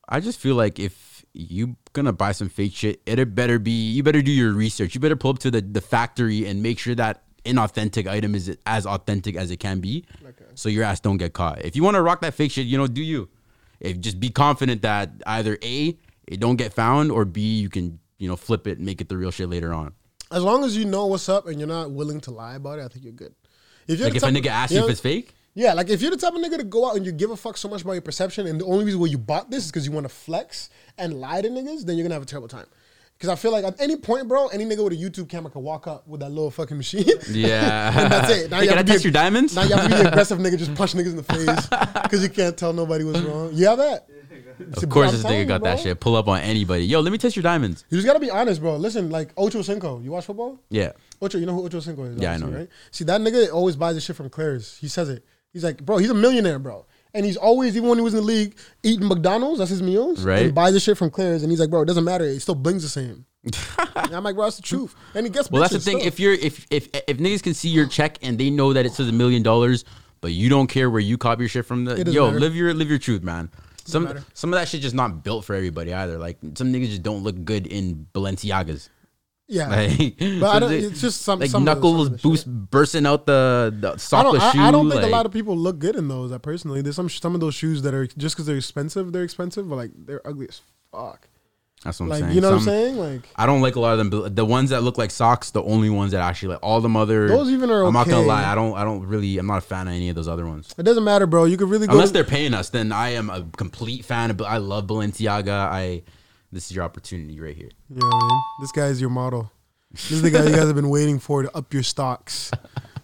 [SPEAKER 2] I just feel like if you gonna buy some fake shit, it better be you better do your research. You better pull up to the, the factory and make sure that inauthentic item is as authentic as it can be. So your ass don't get caught. If you wanna rock that fake shit, you know, do you. If just be confident that either A, it don't get found, or B, you can, you know, flip it and make it the real shit later on.
[SPEAKER 1] As long as you know what's up and you're not willing to lie about it, I think you're good. If you're
[SPEAKER 2] Like
[SPEAKER 1] the
[SPEAKER 2] if a
[SPEAKER 1] type of-
[SPEAKER 2] nigga asks you
[SPEAKER 1] know-
[SPEAKER 2] if it's fake,
[SPEAKER 1] Yeah, like if you're the type of nigga to go out and you give a fuck so much about your perception, and the only reason why you bought this is because you want to flex and lie to niggas, then you're gonna have a terrible time. Because I feel like at any point, bro, any nigga with a YouTube camera can walk up with that little fucking machine. <laughs>
[SPEAKER 2] Yeah.
[SPEAKER 1] and that's it. Now
[SPEAKER 2] Hey,
[SPEAKER 1] you
[SPEAKER 2] can
[SPEAKER 1] have to
[SPEAKER 2] I
[SPEAKER 1] be
[SPEAKER 2] test
[SPEAKER 1] a-
[SPEAKER 2] your diamonds?
[SPEAKER 1] Now you have to be
[SPEAKER 2] <laughs>
[SPEAKER 1] an aggressive nigga, just punch niggas in the face because you can't tell nobody what's wrong. You have that?
[SPEAKER 2] of course this nigga got that shit. Pull up on anybody. Yo, let me test your diamonds.
[SPEAKER 1] You just gotta be honest, bro. Listen, like Ocho Cinco, you watch football?
[SPEAKER 2] Yeah.
[SPEAKER 1] Ocho, you know who Ocho Cinco is?
[SPEAKER 2] Yeah, I
[SPEAKER 1] obviously,
[SPEAKER 2] know him.
[SPEAKER 1] Right? See, that nigga always buys his shit from Claire's. He says it. He's like, bro, he's a millionaire, bro. And he's always, even when he was in the league, eating McDonald's. That's his meals.
[SPEAKER 2] Right.
[SPEAKER 1] And buys his shit from Claire's. And he's like, bro, it doesn't matter. It still blings the
[SPEAKER 2] <laughs>
[SPEAKER 1] same. and I'm like, bro, that's the truth. And he gets.
[SPEAKER 2] Well, that's the thing. If you're if if if niggas can see your check and they know that it says a million dollars, but you don't care where you copy your shit from, the
[SPEAKER 1] doesn't
[SPEAKER 2] yo
[SPEAKER 1] matter.
[SPEAKER 2] live your live your truth, man. Some
[SPEAKER 1] matter.
[SPEAKER 2] some of that shit just not built for everybody either. Like some niggas just don't look good in Balenciagas. <laughs>
[SPEAKER 1] yeah,
[SPEAKER 2] Like,
[SPEAKER 1] but I
[SPEAKER 2] some
[SPEAKER 1] don't,
[SPEAKER 2] nigg-
[SPEAKER 1] it's just some
[SPEAKER 2] like
[SPEAKER 1] some of the- some
[SPEAKER 2] knuckles
[SPEAKER 1] of the shit.
[SPEAKER 2] boost bursting out the the
[SPEAKER 1] I
[SPEAKER 2] sockless
[SPEAKER 1] don't.
[SPEAKER 2] shoe.
[SPEAKER 1] I, I don't think
[SPEAKER 2] like,
[SPEAKER 1] a lot of people look good in those. I personally, there's some some of those shoes that are just because they're expensive. They're expensive, but like they're ugly as fuck.
[SPEAKER 2] that's what I'm
[SPEAKER 1] Like
[SPEAKER 2] saying.
[SPEAKER 1] you know
[SPEAKER 2] Some-
[SPEAKER 1] what I'm saying? Like
[SPEAKER 2] I don't like a lot of them. But the ones that look like socks, the only ones that actually like all the other.
[SPEAKER 1] Those even are
[SPEAKER 2] I'm not gonna
[SPEAKER 1] okay.
[SPEAKER 2] lie. I don't. I don't really. I'm not a fan of any of those other ones.
[SPEAKER 1] it doesn't matter, bro. You could really go
[SPEAKER 2] Unless
[SPEAKER 1] to-
[SPEAKER 2] they're paying us, then I am a complete fan. Of, I love Balenciaga. I. This is your opportunity right here.
[SPEAKER 1] You know what I mean? This guy is your model. This is the guy you guys have been waiting for to up your stocks.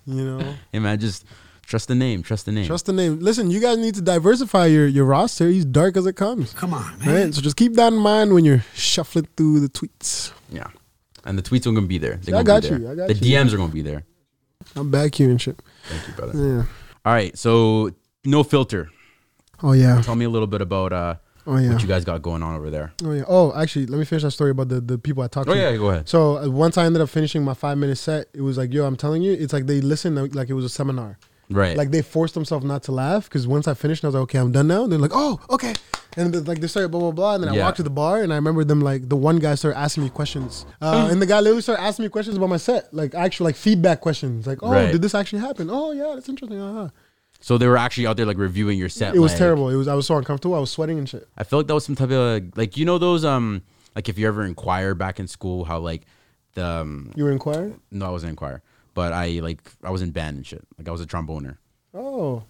[SPEAKER 1] You know,
[SPEAKER 2] Hey man, just trust the name. Trust the name.
[SPEAKER 1] trust the name. Listen, you guys need to diversify your, your roster. He's dark as it comes. Come on, man. Right? So just keep that in mind when you're shuffling through the tweets.
[SPEAKER 2] yeah. And the tweets are gonna be there. They're
[SPEAKER 1] Yeah, I
[SPEAKER 2] gonna
[SPEAKER 1] got
[SPEAKER 2] be
[SPEAKER 1] you.
[SPEAKER 2] there.
[SPEAKER 1] I got
[SPEAKER 2] the
[SPEAKER 1] you.
[SPEAKER 2] DMs are gonna be there.
[SPEAKER 1] I'm back here and shit.
[SPEAKER 2] Thank you, brother.
[SPEAKER 1] Yeah.
[SPEAKER 2] All right. So no filter.
[SPEAKER 1] Oh yeah.
[SPEAKER 2] Tell me a little bit about uh,
[SPEAKER 1] Oh yeah.
[SPEAKER 2] what you guys got going on over there.
[SPEAKER 1] Oh yeah. Oh, actually, let me finish that story about the, the people I talked
[SPEAKER 2] Oh
[SPEAKER 1] to.
[SPEAKER 2] yeah, go ahead.
[SPEAKER 1] So uh, once I ended up finishing my five minute set, it was like, yo, I'm telling you, it's like they listened like- like it was a seminar.
[SPEAKER 2] Right.
[SPEAKER 1] like they forced themselves not to laugh because once I finished, I was like, okay, I'm done now. And they're like, oh, okay. And then, like they started blah blah blah, and then
[SPEAKER 2] Yeah.
[SPEAKER 1] I walked to the bar, and I remember them like the one guy started asking me questions,
[SPEAKER 2] Mm.
[SPEAKER 1] uh, and the guy literally started asking me questions about my set, like actual like feedback questions, like oh,
[SPEAKER 2] Right.
[SPEAKER 1] did this actually happen? Oh yeah, that's interesting. Uh-huh.
[SPEAKER 2] so they were actually out there like reviewing your set.
[SPEAKER 1] It was
[SPEAKER 2] like-
[SPEAKER 1] terrible. It was I was so uncomfortable. I was sweating and shit.
[SPEAKER 2] I feel like that was some type of like you know those um like if you ever inquire back in school how like the um,
[SPEAKER 1] You were inquiring?
[SPEAKER 2] no I wasn't inquire but I like I was in band and shit like I was a tromboner.
[SPEAKER 1] Oh,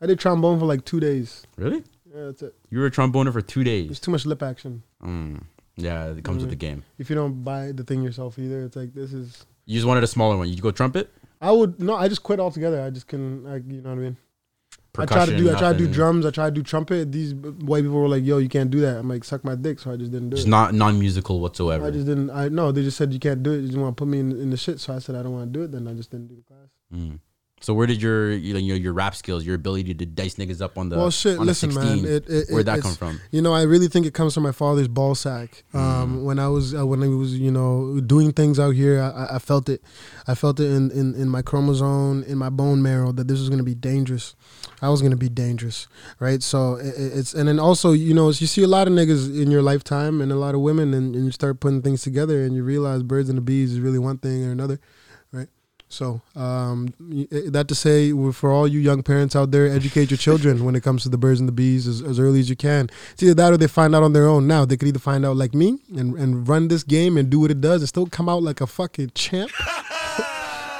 [SPEAKER 1] I did trombone for like two days.
[SPEAKER 2] Really?
[SPEAKER 1] Yeah, that's it.
[SPEAKER 2] You were a tromboner for two
[SPEAKER 1] There's
[SPEAKER 2] days.
[SPEAKER 1] too much lip action.
[SPEAKER 2] Mm. Yeah, it comes with the game.
[SPEAKER 1] If you don't buy the thing yourself either, it's like this is.
[SPEAKER 2] You just wanted a smaller one. You go trumpet,
[SPEAKER 1] I would no. I just quit altogether. I just couldn't. I, you know what I mean. I tried to
[SPEAKER 2] percussion,
[SPEAKER 1] do. I tried to do
[SPEAKER 2] nothing.
[SPEAKER 1] drums. I tried to do trumpet. These b- white people were like, "Yo, you can't do that." I'm like, "Suck my dick," so I just didn't do
[SPEAKER 2] Just
[SPEAKER 1] it.
[SPEAKER 2] not non musical whatsoever.
[SPEAKER 1] I just didn't. I no. They just said you can't do it. You just want to put me in, in the shit. So I said I don't want to do it. Then I just didn't do the class.
[SPEAKER 2] Mm. So where did your you know, your your rap skills, your ability to dice niggas up on the
[SPEAKER 1] well, shit.
[SPEAKER 2] on the
[SPEAKER 1] Listen, man.
[SPEAKER 2] 16,
[SPEAKER 1] It, it,
[SPEAKER 2] where'd
[SPEAKER 1] it-
[SPEAKER 2] that
[SPEAKER 1] it's-
[SPEAKER 2] come from?
[SPEAKER 1] You know, I really think it comes from my father's ball sack. Um, When I was uh, when I was you know doing things out here, I- I, I felt it. I felt it in, in in my chromosome, in my bone marrow that this was going to be dangerous. I was going to be dangerous, right? So i- i it's and then also you know you see a lot of niggas in your lifetime and a lot of women, and, and you start putting things together and you realize birds and the bees is really one thing or another, right? So um, y- eh, that to say, w- for all you young parents out there, educate your children when it comes to the birds and the bees as, as early as you can. It's either that or they find out on their own. Now they could either find out like me and and run this game and do what it does and still come out like a fucking champ,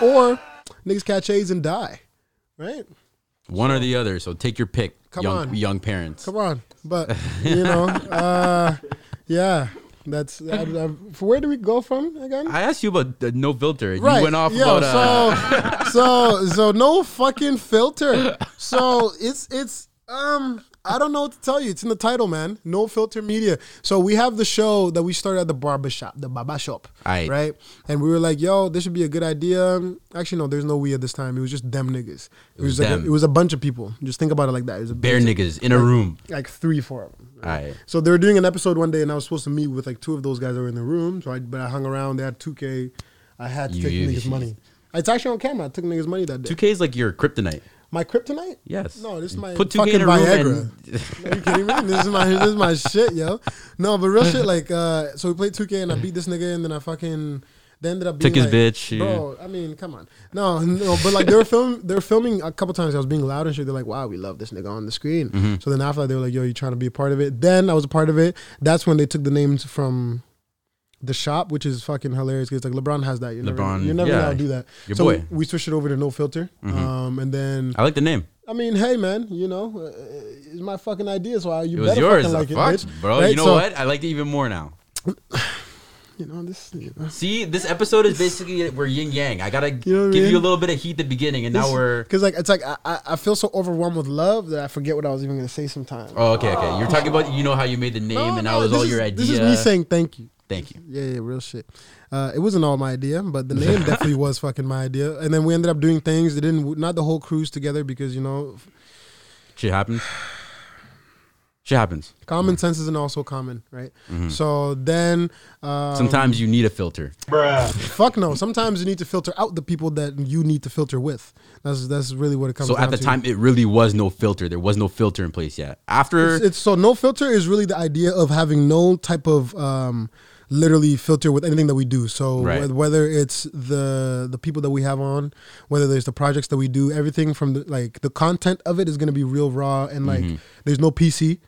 [SPEAKER 1] or niggas catch AIDS and die. Right?
[SPEAKER 2] One or the other. So take your pick,
[SPEAKER 1] Come
[SPEAKER 2] young
[SPEAKER 1] on.
[SPEAKER 2] young parents.
[SPEAKER 1] Come on, but you know, uh, yeah. That's I, I, where do we go from again?
[SPEAKER 2] I asked you about the no filter. You went off
[SPEAKER 1] Yo,
[SPEAKER 2] about uh, <laughs>
[SPEAKER 1] so so so no fucking filter. So it's it's um I don't know what to tell you. It's in the title, man. No filter media. So we have the show that we started at the barber shop, the barber shop,
[SPEAKER 2] Aight.
[SPEAKER 1] right? And we were like, yo, this should be a good idea. Actually, no, there's no we at this time. It was just them niggas. It,
[SPEAKER 2] was
[SPEAKER 1] was, like a-
[SPEAKER 2] them.
[SPEAKER 1] it was a bunch of people. Just think about it like that. It was a
[SPEAKER 2] bare
[SPEAKER 1] bunch of-
[SPEAKER 2] niggas in a room.
[SPEAKER 1] like three, four of them.
[SPEAKER 2] All right.
[SPEAKER 1] So they were doing an episode one day, and I was supposed to meet with like two of those guys that were in the room. So I, but I hung around. They had two K. I had to
[SPEAKER 2] You-
[SPEAKER 1] take
[SPEAKER 2] you-
[SPEAKER 1] niggas' money. It's actually on camera. I took niggas' money that day.
[SPEAKER 2] 2K is like your kryptonite.
[SPEAKER 1] My kryptonite?
[SPEAKER 2] Yes.
[SPEAKER 1] No, this is my
[SPEAKER 2] Put 2K
[SPEAKER 1] fucking
[SPEAKER 2] in a room
[SPEAKER 1] Viagra. <laughs>
[SPEAKER 2] and-
[SPEAKER 1] Are you kidding me? This is my this is my shit, yo. No, but real shit. Like, uh, so we played 2K, and I beat this nigga, and then I fucking. They ended up
[SPEAKER 2] Took
[SPEAKER 1] being like,
[SPEAKER 2] his bitch,
[SPEAKER 1] bro. I mean, come on, no, no, but like they were film, they were filming a couple times. I was being loud and shit. They're like, "Wow, we love this nigga on the screen."
[SPEAKER 2] Mm-hmm.
[SPEAKER 1] So then after that, they were like, "Yo, you trying to be a part of it?" Then I was a part of it. That's when they took the names from the shop, which is fucking hilarious. Cause like LeBron has that. You're
[SPEAKER 2] LeBron,
[SPEAKER 1] never, you're never
[SPEAKER 2] yeah.
[SPEAKER 1] gonna do that.
[SPEAKER 2] Your
[SPEAKER 1] so
[SPEAKER 2] boy. Mm-hmm.
[SPEAKER 1] we switched it over to No Filter, um, and then
[SPEAKER 2] I like the name.
[SPEAKER 1] I mean, hey man, you know, uh, it's my fucking idea, so I, you
[SPEAKER 2] It was
[SPEAKER 1] better
[SPEAKER 2] yours.
[SPEAKER 1] fucking like
[SPEAKER 2] the
[SPEAKER 1] it,
[SPEAKER 2] fuck,
[SPEAKER 1] bitch.
[SPEAKER 2] bro.
[SPEAKER 1] Right?
[SPEAKER 2] You know
[SPEAKER 1] So,
[SPEAKER 2] what? I like it even more now.
[SPEAKER 1] You know this. You know,
[SPEAKER 2] See, this episode is basically we're yin yang. I gotta
[SPEAKER 1] know what I
[SPEAKER 2] give
[SPEAKER 1] mean?
[SPEAKER 2] you a little bit of heat at the beginning, and now we're.
[SPEAKER 1] because like it's like I, I I feel so overwhelmed with love that I forget what I was even gonna say sometimes.
[SPEAKER 2] Oh, okay, okay. You're talking about you know how you made the name, and now was
[SPEAKER 1] this
[SPEAKER 2] all
[SPEAKER 1] is-
[SPEAKER 2] your idea.
[SPEAKER 1] This is me saying thank you.
[SPEAKER 2] Thank you.
[SPEAKER 1] Yeah, yeah, real shit. Uh, it wasn't all my idea, but the
[SPEAKER 2] <laughs>
[SPEAKER 1] name definitely was fucking my idea. And then we ended up doing things. It didn't, not the whole cruise together because you know,
[SPEAKER 2] Shit happens. Shit happens.
[SPEAKER 1] common sense isn't also common, right?
[SPEAKER 2] Mm-hmm.
[SPEAKER 1] So then, uh,
[SPEAKER 2] Sometimes you need a filter.
[SPEAKER 1] Fuck no. Sometimes you need to filter out the people that you need to filter with. That's that's really what it comes.
[SPEAKER 2] So
[SPEAKER 1] down
[SPEAKER 2] at the
[SPEAKER 1] to.
[SPEAKER 2] time, it really was no filter. There was no filter in place yet. After
[SPEAKER 1] it's, it's- so no filter is really the idea of having no type of um, literally filter with anything that we do. So
[SPEAKER 2] Right.
[SPEAKER 1] whe- whether it's the the people that we have on, whether there's the projects that we do, everything from the, like the content of it is going to be real raw and like
[SPEAKER 2] Mm-hmm.
[SPEAKER 1] there's no PC.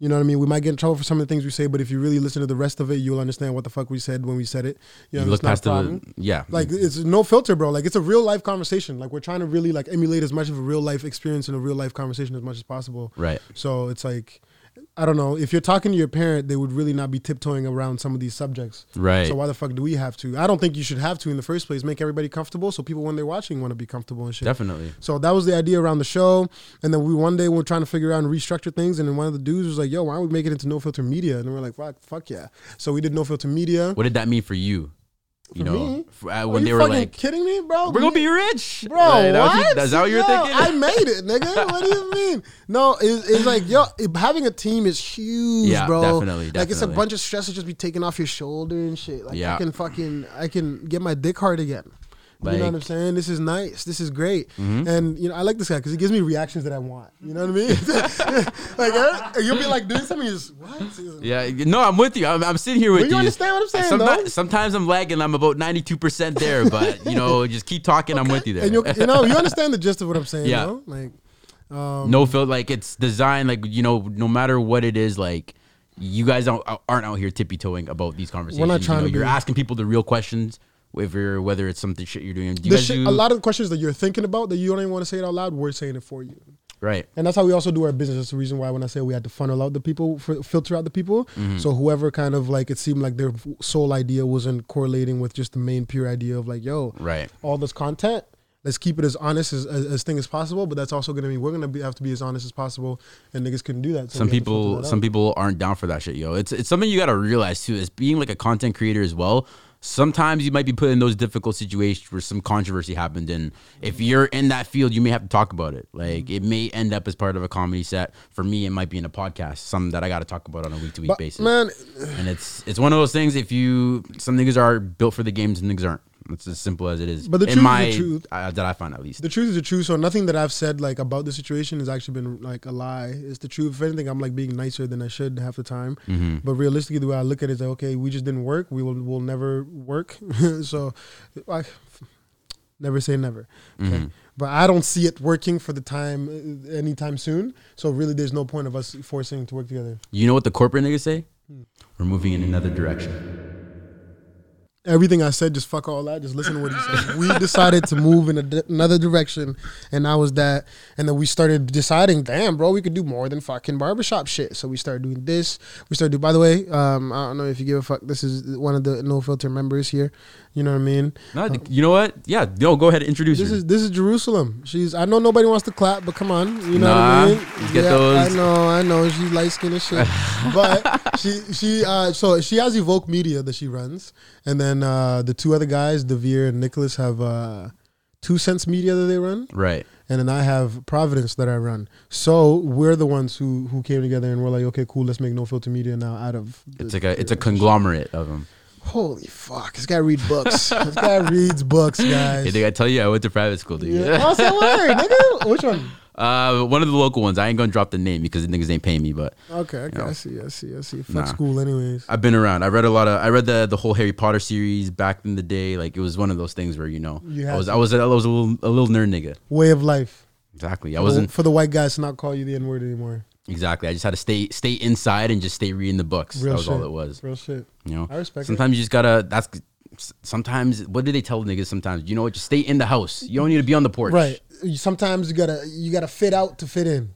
[SPEAKER 1] You know what I mean? We might get in trouble for some of the things we say, but if you really listen to the rest of it, you'll understand what the fuck we said when we said it. You, know,
[SPEAKER 2] you
[SPEAKER 1] it's
[SPEAKER 2] look
[SPEAKER 1] not a
[SPEAKER 2] past the
[SPEAKER 1] problem.
[SPEAKER 2] yeah,
[SPEAKER 1] like it's no filter bro like it's a real life conversation like we're trying to really like emulate as much of a real life experience and a real life conversation as much as possible
[SPEAKER 2] Right.
[SPEAKER 1] so it's like i don't know if you're talking to your parent they would really not be tiptoeing around some of these subjects
[SPEAKER 2] Right.
[SPEAKER 1] so why the fuck do we have to i don't think you should have to in the first place make everybody comfortable so people when they're watching want to be comfortable and shit
[SPEAKER 2] definitely.
[SPEAKER 1] so that was the idea around the show, and then we one day we were trying to figure out and restructure things, and then one of the dudes was like, "Yo, why don't we make it into No Filter Media?" And we are like, "Fuck, fuck yeah!" So we did No Filter Media.
[SPEAKER 2] What did that mean for you? You know,
[SPEAKER 1] me?
[SPEAKER 2] f- uh,
[SPEAKER 1] Are
[SPEAKER 2] when
[SPEAKER 1] you
[SPEAKER 2] they were
[SPEAKER 1] fucking
[SPEAKER 2] like,
[SPEAKER 1] kidding me, bro?
[SPEAKER 2] "We're gonna
[SPEAKER 1] Me-
[SPEAKER 2] be rich,"
[SPEAKER 1] Bro,
[SPEAKER 2] Like, that was you-
[SPEAKER 1] what?
[SPEAKER 2] that's how you're
[SPEAKER 1] Yo,
[SPEAKER 2] thinking.
[SPEAKER 1] I made it, nigga. What do you mean? No, it's, it's like yo, it- having a team is huge,
[SPEAKER 2] Yeah,
[SPEAKER 1] bro.
[SPEAKER 2] definitely,
[SPEAKER 1] Like it's a
[SPEAKER 2] definitely.
[SPEAKER 1] bunch of stress to just be taken off your shoulder and shit. Like
[SPEAKER 2] Yeah.
[SPEAKER 1] I can fucking, I can get my dick hard again. you know what I'm
[SPEAKER 2] Like- Mm-hmm.
[SPEAKER 1] saying? This is nice. This is great. And you know, I like this guy because he gives me reactions that I want. You know what I mean?
[SPEAKER 2] <laughs>
[SPEAKER 1] <laughs> like I- you'll be like doing something, you just what?
[SPEAKER 2] Yeah, y- no, I'm with you. I'm, I'm sitting here with
[SPEAKER 1] you
[SPEAKER 2] you.
[SPEAKER 1] understand what I'm saying,
[SPEAKER 2] Someti-
[SPEAKER 1] though?
[SPEAKER 2] Sometimes I'm lagging. I'm about 92% there, but, you
[SPEAKER 1] <laughs>
[SPEAKER 2] know, just keep talking. I'm with you there. Eh,
[SPEAKER 1] And you, you know, you understand the gist of what I'm saying,
[SPEAKER 2] Yeah.
[SPEAKER 1] though? Like
[SPEAKER 2] no feel like it's designed, like, you know, no matter what it is, like, you guys don't, uh, aren't out here tippy toeing about these conversations.
[SPEAKER 1] trying
[SPEAKER 2] you
[SPEAKER 1] to
[SPEAKER 2] You're
[SPEAKER 1] be-
[SPEAKER 2] asking people the real questions, whether, whether it's something shit you're doing. Do you
[SPEAKER 1] the
[SPEAKER 2] guys
[SPEAKER 1] shit,
[SPEAKER 2] do,
[SPEAKER 1] a lot of the questions that you're thinking about that you don't even want to say it out loud, we're saying it for you.
[SPEAKER 2] Right.
[SPEAKER 1] And that's how we also do our business. That's the reason why when I say we had to funnel out the people, fil- filter out the people.
[SPEAKER 2] Mm-hmm.
[SPEAKER 1] So whoever kind of like it seemed like their sole idea wasn't correlating with just the main pure idea of like, yo,
[SPEAKER 2] Right.
[SPEAKER 1] all this content. Let's keep it as honest as, as, as thing as possible, but that's also gonna mean we're gonna be, have to be as honest as possible, and niggas couldn't do that. So
[SPEAKER 2] some
[SPEAKER 1] we had to filter
[SPEAKER 2] people
[SPEAKER 1] that
[SPEAKER 2] some
[SPEAKER 1] out.
[SPEAKER 2] people aren't down for that shit yo it's it's something you gotta realize too is being like a content creator as well sometimes you might be put in those difficult situations where some controversy happened and if you're in that field you may have to talk about it
[SPEAKER 1] Mm-hmm.
[SPEAKER 2] like it may end up as part of a comedy set for me it might be in a podcast something that i gotta talk about on a week-to-week
[SPEAKER 1] But,
[SPEAKER 2] basis
[SPEAKER 1] man,
[SPEAKER 2] and it's it's one of those things if you some niggas are built for the games and niggas aren't it's as simple as it is
[SPEAKER 1] But the
[SPEAKER 2] in
[SPEAKER 1] truth is the
[SPEAKER 2] my
[SPEAKER 1] truth.
[SPEAKER 2] uh, that i find at least
[SPEAKER 1] the truth is the truth. So nothing that I've said like about the situation has actually been like a lie. It's the truth. If anything, I'm like being nicer than I should half the time.
[SPEAKER 2] Mm. Mm-hmm.
[SPEAKER 1] But realistically, the way I look at it is <laughs> like, okay, we just didn't work. We will will never work. so, I, Never say never. Okay? But I don't see it working for the time uh, anytime soon. So really, there's no point of us forcing to work together.
[SPEAKER 2] You know what the corporate niggas say?
[SPEAKER 1] Hmm.
[SPEAKER 2] We're moving in another direction.
[SPEAKER 1] Everything I said, just fuck all that. Just listen to what he said. We decided to move in a di- another direction, and I was that. And then we started deciding, damn, bro, we could do more than fucking barbershop shit. So we started doing this. We started doing. By the way, um, I don't know if you give a fuck. This is one of the no filter members here. You know what I mean?
[SPEAKER 2] No, I think- you know what? Yeah, no, go ahead and introduce
[SPEAKER 1] This
[SPEAKER 2] her.
[SPEAKER 1] is this is Jerusalem. She's I know nobody wants to clap, but come on, you know
[SPEAKER 2] Nah,
[SPEAKER 1] what I mean.
[SPEAKER 2] let's get those.
[SPEAKER 1] I know, I know. She's light skinned and <laughs> shit, but she she uh, so she has Evoke Media that she runs, and then uh, the two other guys, Devere and Nicholas, have uh, Two Cents Media that they run,
[SPEAKER 2] right.
[SPEAKER 1] and then I have Providence that I run. So we're the ones who who came together and we're like, okay, cool, let's make No Filter Media now out of the-
[SPEAKER 2] It's like a it's a conglomerate of them.
[SPEAKER 1] <laughs> holy fuck. This guy read books. <laughs> this guy reads <laughs> books, guys.
[SPEAKER 2] Hey, did I tell you I went to private school, dude?
[SPEAKER 1] yeah. Oh, say word, nigga. Which one?
[SPEAKER 2] Uh, one of the local ones. I ain't gonna drop the name because the niggas ain't paying me, but
[SPEAKER 1] Okay, okay,
[SPEAKER 2] know.
[SPEAKER 1] I see, I see, I see. Fuck
[SPEAKER 2] Nah.
[SPEAKER 1] school, anyways.
[SPEAKER 2] I've been around. I read a lot of. I read the the whole Harry Potter series back in the day. Like it was one of those things where you know
[SPEAKER 1] You
[SPEAKER 2] I
[SPEAKER 1] had
[SPEAKER 2] was
[SPEAKER 1] to.
[SPEAKER 2] I was a- I was a little a little nerd nigga.
[SPEAKER 1] Way of life.
[SPEAKER 2] Exactly. I
[SPEAKER 1] For the-
[SPEAKER 2] wasn't
[SPEAKER 1] for the white guys to not call you the N word anymore.
[SPEAKER 2] exactly. I just had to stay stay inside and just stay reading the books.
[SPEAKER 1] Real
[SPEAKER 2] that was
[SPEAKER 1] shit.
[SPEAKER 2] all it was.
[SPEAKER 1] Real shit.
[SPEAKER 2] You know.
[SPEAKER 1] I respect it.
[SPEAKER 2] Sometimes you just gotta. That's sometimes. What do they tell niggas? Sometimes you know what? Just stay in the house. You don't need to be on the porch.
[SPEAKER 1] Right. You- Sometimes you gotta you gotta fit out to fit in.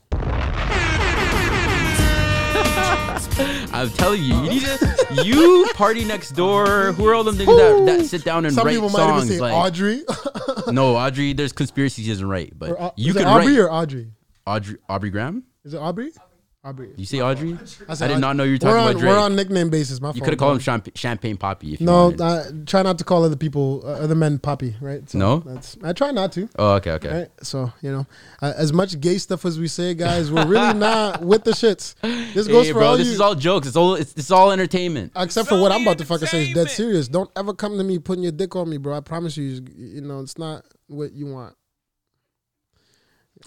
[SPEAKER 2] I'm telling you, you need to, you party next door. Who are all them niggas that, that sit down and
[SPEAKER 1] Some
[SPEAKER 2] write
[SPEAKER 1] people might
[SPEAKER 2] songs?
[SPEAKER 1] even say
[SPEAKER 2] like
[SPEAKER 1] Audrey. <laughs>
[SPEAKER 2] no, Audrey. There's conspiracies isn't right, but
[SPEAKER 1] or, Au-
[SPEAKER 2] you
[SPEAKER 1] is it
[SPEAKER 2] can
[SPEAKER 1] Aubrey
[SPEAKER 2] write
[SPEAKER 1] or Audrey?
[SPEAKER 2] Audrey Aubrey Graham.
[SPEAKER 1] Is it Aubrey? Aubrey.
[SPEAKER 2] You say Audrey? I,
[SPEAKER 1] said
[SPEAKER 2] did not
[SPEAKER 1] Audrey.
[SPEAKER 2] know you were talking
[SPEAKER 1] we're on,
[SPEAKER 2] about Drake.
[SPEAKER 1] We're on nickname basis. My
[SPEAKER 2] you
[SPEAKER 1] fault,
[SPEAKER 2] could have called him
[SPEAKER 1] bro.
[SPEAKER 2] champ- Champagne Poppy if you
[SPEAKER 1] No,
[SPEAKER 2] wanted.
[SPEAKER 1] uh, try not to call other people, uh, other men, poppy. Right? So
[SPEAKER 2] No?
[SPEAKER 1] That's I try not to.
[SPEAKER 2] oh, okay, okay.
[SPEAKER 1] Right? So, you know, uh, as much gay stuff as we say, guys, we're
[SPEAKER 2] <laughs>
[SPEAKER 1] really not with the shits. This goes
[SPEAKER 2] Hey,
[SPEAKER 1] for
[SPEAKER 2] bro,
[SPEAKER 1] all
[SPEAKER 2] this
[SPEAKER 1] you.
[SPEAKER 2] is all jokes. It's all it's, it's all entertainment.
[SPEAKER 1] except for what I'm about to fucking say is dead serious. Don't ever come to me putting your dick on me, bro. I promise you, you know, it's not what you want.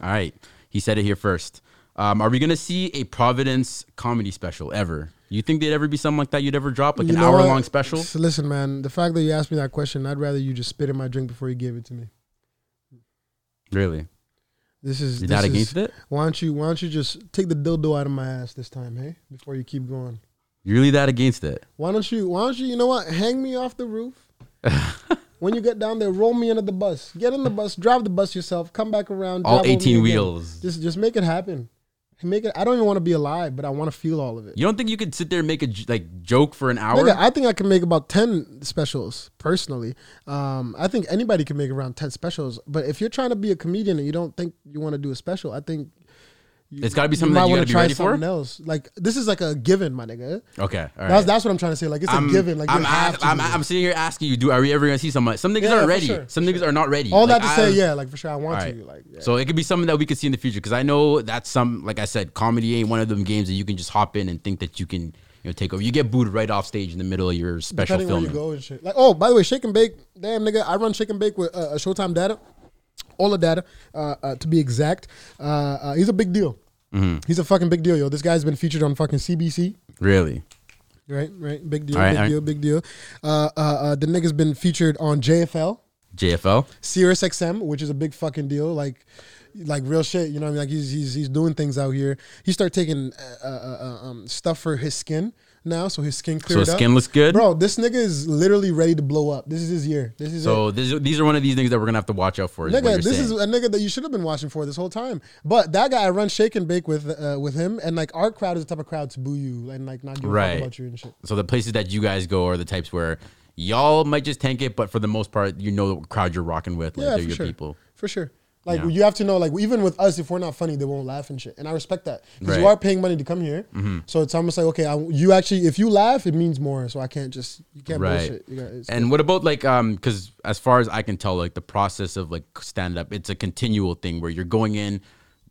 [SPEAKER 2] All right, he said it here first. Um, are we gonna see a Providence comedy special ever? You think there'd ever be something like that you'd ever drop, like
[SPEAKER 1] You
[SPEAKER 2] an
[SPEAKER 1] know
[SPEAKER 2] hour
[SPEAKER 1] what?
[SPEAKER 2] long special?
[SPEAKER 1] So listen, man, the fact that you asked me that question, I'd rather you just spit in my drink before you gave it to me.
[SPEAKER 2] Really?
[SPEAKER 1] This is
[SPEAKER 2] You're
[SPEAKER 1] this
[SPEAKER 2] not
[SPEAKER 1] is-
[SPEAKER 2] against it?
[SPEAKER 1] Why don't you Why don't you just take the dildo out of my ass this time, hey? Before you keep going,
[SPEAKER 2] You really that against it?
[SPEAKER 1] why don't you Why don't you You know what? Hang me off the roof.
[SPEAKER 2] <laughs>
[SPEAKER 1] when you get down there, roll me under the bus. Get in the bus. Drive the bus yourself. Come back around.
[SPEAKER 2] All
[SPEAKER 1] drive over me
[SPEAKER 2] 18
[SPEAKER 1] again.
[SPEAKER 2] wheels.
[SPEAKER 1] Just Just make it happen. Make it. I don't even want to be alive, but I want to feel all of it.
[SPEAKER 2] You don't think you could sit there and make a j- like joke for an hour?
[SPEAKER 1] Nigga, I think I can make about ten specials personally. Um, I think anybody can make around ten specials. But if you're trying to be a comedian and you don't think you want to do a special, I think you,
[SPEAKER 2] It's gotta be something that you
[SPEAKER 1] wanna
[SPEAKER 2] gotta be ready for?
[SPEAKER 1] something else. Like this is like a given, my nigga.
[SPEAKER 2] okay, all right.
[SPEAKER 1] That's that's what I'm trying to say. Like it's
[SPEAKER 2] I'm,
[SPEAKER 1] a given. Like you
[SPEAKER 2] I'm,
[SPEAKER 1] have
[SPEAKER 2] ask-
[SPEAKER 1] to
[SPEAKER 2] I'm,
[SPEAKER 1] do it.
[SPEAKER 2] I'm sitting here asking you, do are we ever gonna see someone? Some niggas
[SPEAKER 1] Yeah,
[SPEAKER 2] aren't
[SPEAKER 1] for
[SPEAKER 2] ready.
[SPEAKER 1] sure, for
[SPEAKER 2] Some niggas are not ready.
[SPEAKER 1] all
[SPEAKER 2] Like,
[SPEAKER 1] that to say,
[SPEAKER 2] I've-
[SPEAKER 1] yeah, like for sure, I want
[SPEAKER 2] All
[SPEAKER 1] to.
[SPEAKER 2] right.
[SPEAKER 1] Like, yeah.
[SPEAKER 2] So it could be something that we could see in the future because I know that's some like I said, comedy ain't one of them games that you can just hop in and think that you can you know take over. You get booed right off stage in the middle of your special
[SPEAKER 1] depending where you
[SPEAKER 2] filming.
[SPEAKER 1] go and shit. Like, oh, by the way, Shake and Bake, damn nigga, I run Shake and Bake with uh, uh, Showtime Data, all the data, uh, uh, to be exact. Uh, uh, he's a big deal.
[SPEAKER 2] Mm-hmm.
[SPEAKER 1] He's a fucking big deal, yo. This guy's been featured on fucking CBC.
[SPEAKER 2] Really?
[SPEAKER 1] Right, right. Big deal,
[SPEAKER 2] All right,
[SPEAKER 1] big
[SPEAKER 2] all right.
[SPEAKER 1] deal, big deal. Uh, uh, uh, the nigga's been featured on JFL,
[SPEAKER 2] JFL?
[SPEAKER 1] Sirius XM, which is a big fucking deal. Like, like real shit. You know what I mean? Like he's he's he's doing things out here. He started taking uh, uh, uh, um, stuff for his skin now, so his skin
[SPEAKER 2] So
[SPEAKER 1] cleared
[SPEAKER 2] his
[SPEAKER 1] up.
[SPEAKER 2] skin looks good.
[SPEAKER 1] Bro, this nigga is literally ready to blow up. This is his year. This is it.
[SPEAKER 2] so this, these are one of these things that we're gonna have to watch out for. Is what
[SPEAKER 1] Nigga,
[SPEAKER 2] you're
[SPEAKER 1] this is
[SPEAKER 2] saying.
[SPEAKER 1] a nigga that you should have been watching for this whole time. But that guy, I run shake and bake with uh, with him, and like our crowd is the type of crowd to boo you and like not give a
[SPEAKER 2] Right.
[SPEAKER 1] fuck about you and shit.
[SPEAKER 2] so the places that you guys go are the types where y'all might just tank it, but for the most part, you know the crowd you're rocking with. Like
[SPEAKER 1] Yeah,
[SPEAKER 2] they're
[SPEAKER 1] for
[SPEAKER 2] your
[SPEAKER 1] sure.
[SPEAKER 2] people.
[SPEAKER 1] For sure. Like
[SPEAKER 2] Yeah.
[SPEAKER 1] you have to know, like even with us, if we're not funny, they won't laugh and shit. And I respect that because you
[SPEAKER 2] Right. Mm-hmm.
[SPEAKER 1] are paying money to come here. So it's almost like okay, I, you actually, if you laugh, it means more. So I can't just you can't
[SPEAKER 2] right
[SPEAKER 1] bullshit. You got, it's,
[SPEAKER 2] and what about like um because as far as i can tell like the process of like stand up it's a continual thing where you're going in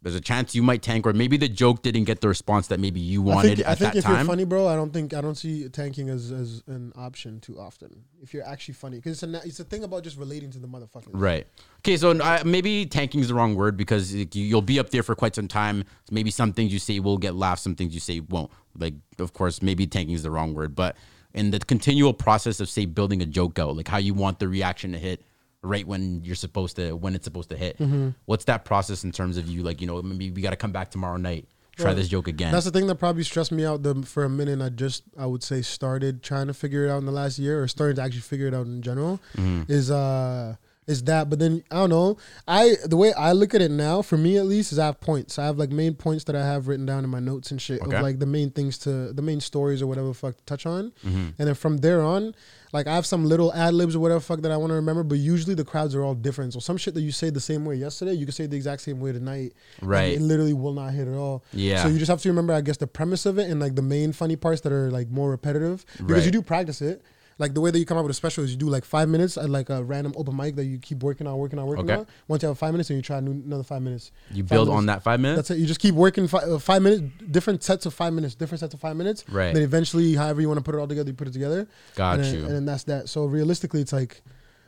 [SPEAKER 2] there's a chance you might tank or maybe the joke didn't get the response that maybe you
[SPEAKER 1] I
[SPEAKER 2] wanted
[SPEAKER 1] think,
[SPEAKER 2] at
[SPEAKER 1] I think
[SPEAKER 2] that
[SPEAKER 1] if
[SPEAKER 2] time
[SPEAKER 1] you're funny, bro, I don't think I don't see tanking as, as an option too often. If you're actually funny, because it's a na- it's a thing about just relating to the motherfuckers.
[SPEAKER 2] right okay so I, maybe tanking is the wrong word because like, you, you'll be up there for quite some time maybe some things you say will get laughs some things you say won't like of course maybe tanking is the wrong word but in the continual process of say building a joke out like how you want the reaction to hit right when you're supposed to when it's supposed to hit.
[SPEAKER 1] Mm-hmm.
[SPEAKER 2] What's that process in terms of you like you know maybe we got to come back tomorrow night, try
[SPEAKER 1] Right.
[SPEAKER 2] this joke again.
[SPEAKER 1] That's the thing that probably stressed me out the, for a minute. and I just, I would say, started trying to figure it out in the last year, or starting to actually figure it out in general.
[SPEAKER 2] Mm-hmm.
[SPEAKER 1] Is uh, is that? But then I don't know. I the way I look at it now, for me at least, is I have points. I have like main points that I have written down in my notes and shit
[SPEAKER 2] Okay.
[SPEAKER 1] of like the main things to the main stories or whatever the fuck to touch on,
[SPEAKER 2] Mm-hmm.
[SPEAKER 1] and then from there on. Like I have some little ad libs or whatever the fuck that I want to remember, but usually the crowds are all different. So some shit that you say the same way yesterday, you can say the exact same way tonight. and
[SPEAKER 2] Right.
[SPEAKER 1] It literally will not hit at all.
[SPEAKER 2] Yeah.
[SPEAKER 1] So you just have to remember, I guess, the premise of it and like the main funny parts that are like more repetitive because
[SPEAKER 2] Right.
[SPEAKER 1] you do practice it. Like the way that you come up with a special is you do like five minutes at like a random open mic that you keep working on, working on, working
[SPEAKER 2] Okay.
[SPEAKER 1] on. Once you have five minutes, and you try new- another five minutes.
[SPEAKER 2] you
[SPEAKER 1] Five
[SPEAKER 2] build
[SPEAKER 1] minutes.
[SPEAKER 2] on that five minutes.
[SPEAKER 1] That's it. You just keep working five, uh, five minutes, different sets of five minutes, different sets of five minutes.
[SPEAKER 2] Right.
[SPEAKER 1] Then eventually, however you want to put it all together, you put it together.
[SPEAKER 2] Got
[SPEAKER 1] and then,
[SPEAKER 2] you.
[SPEAKER 1] And then that's that. So realistically, it's like,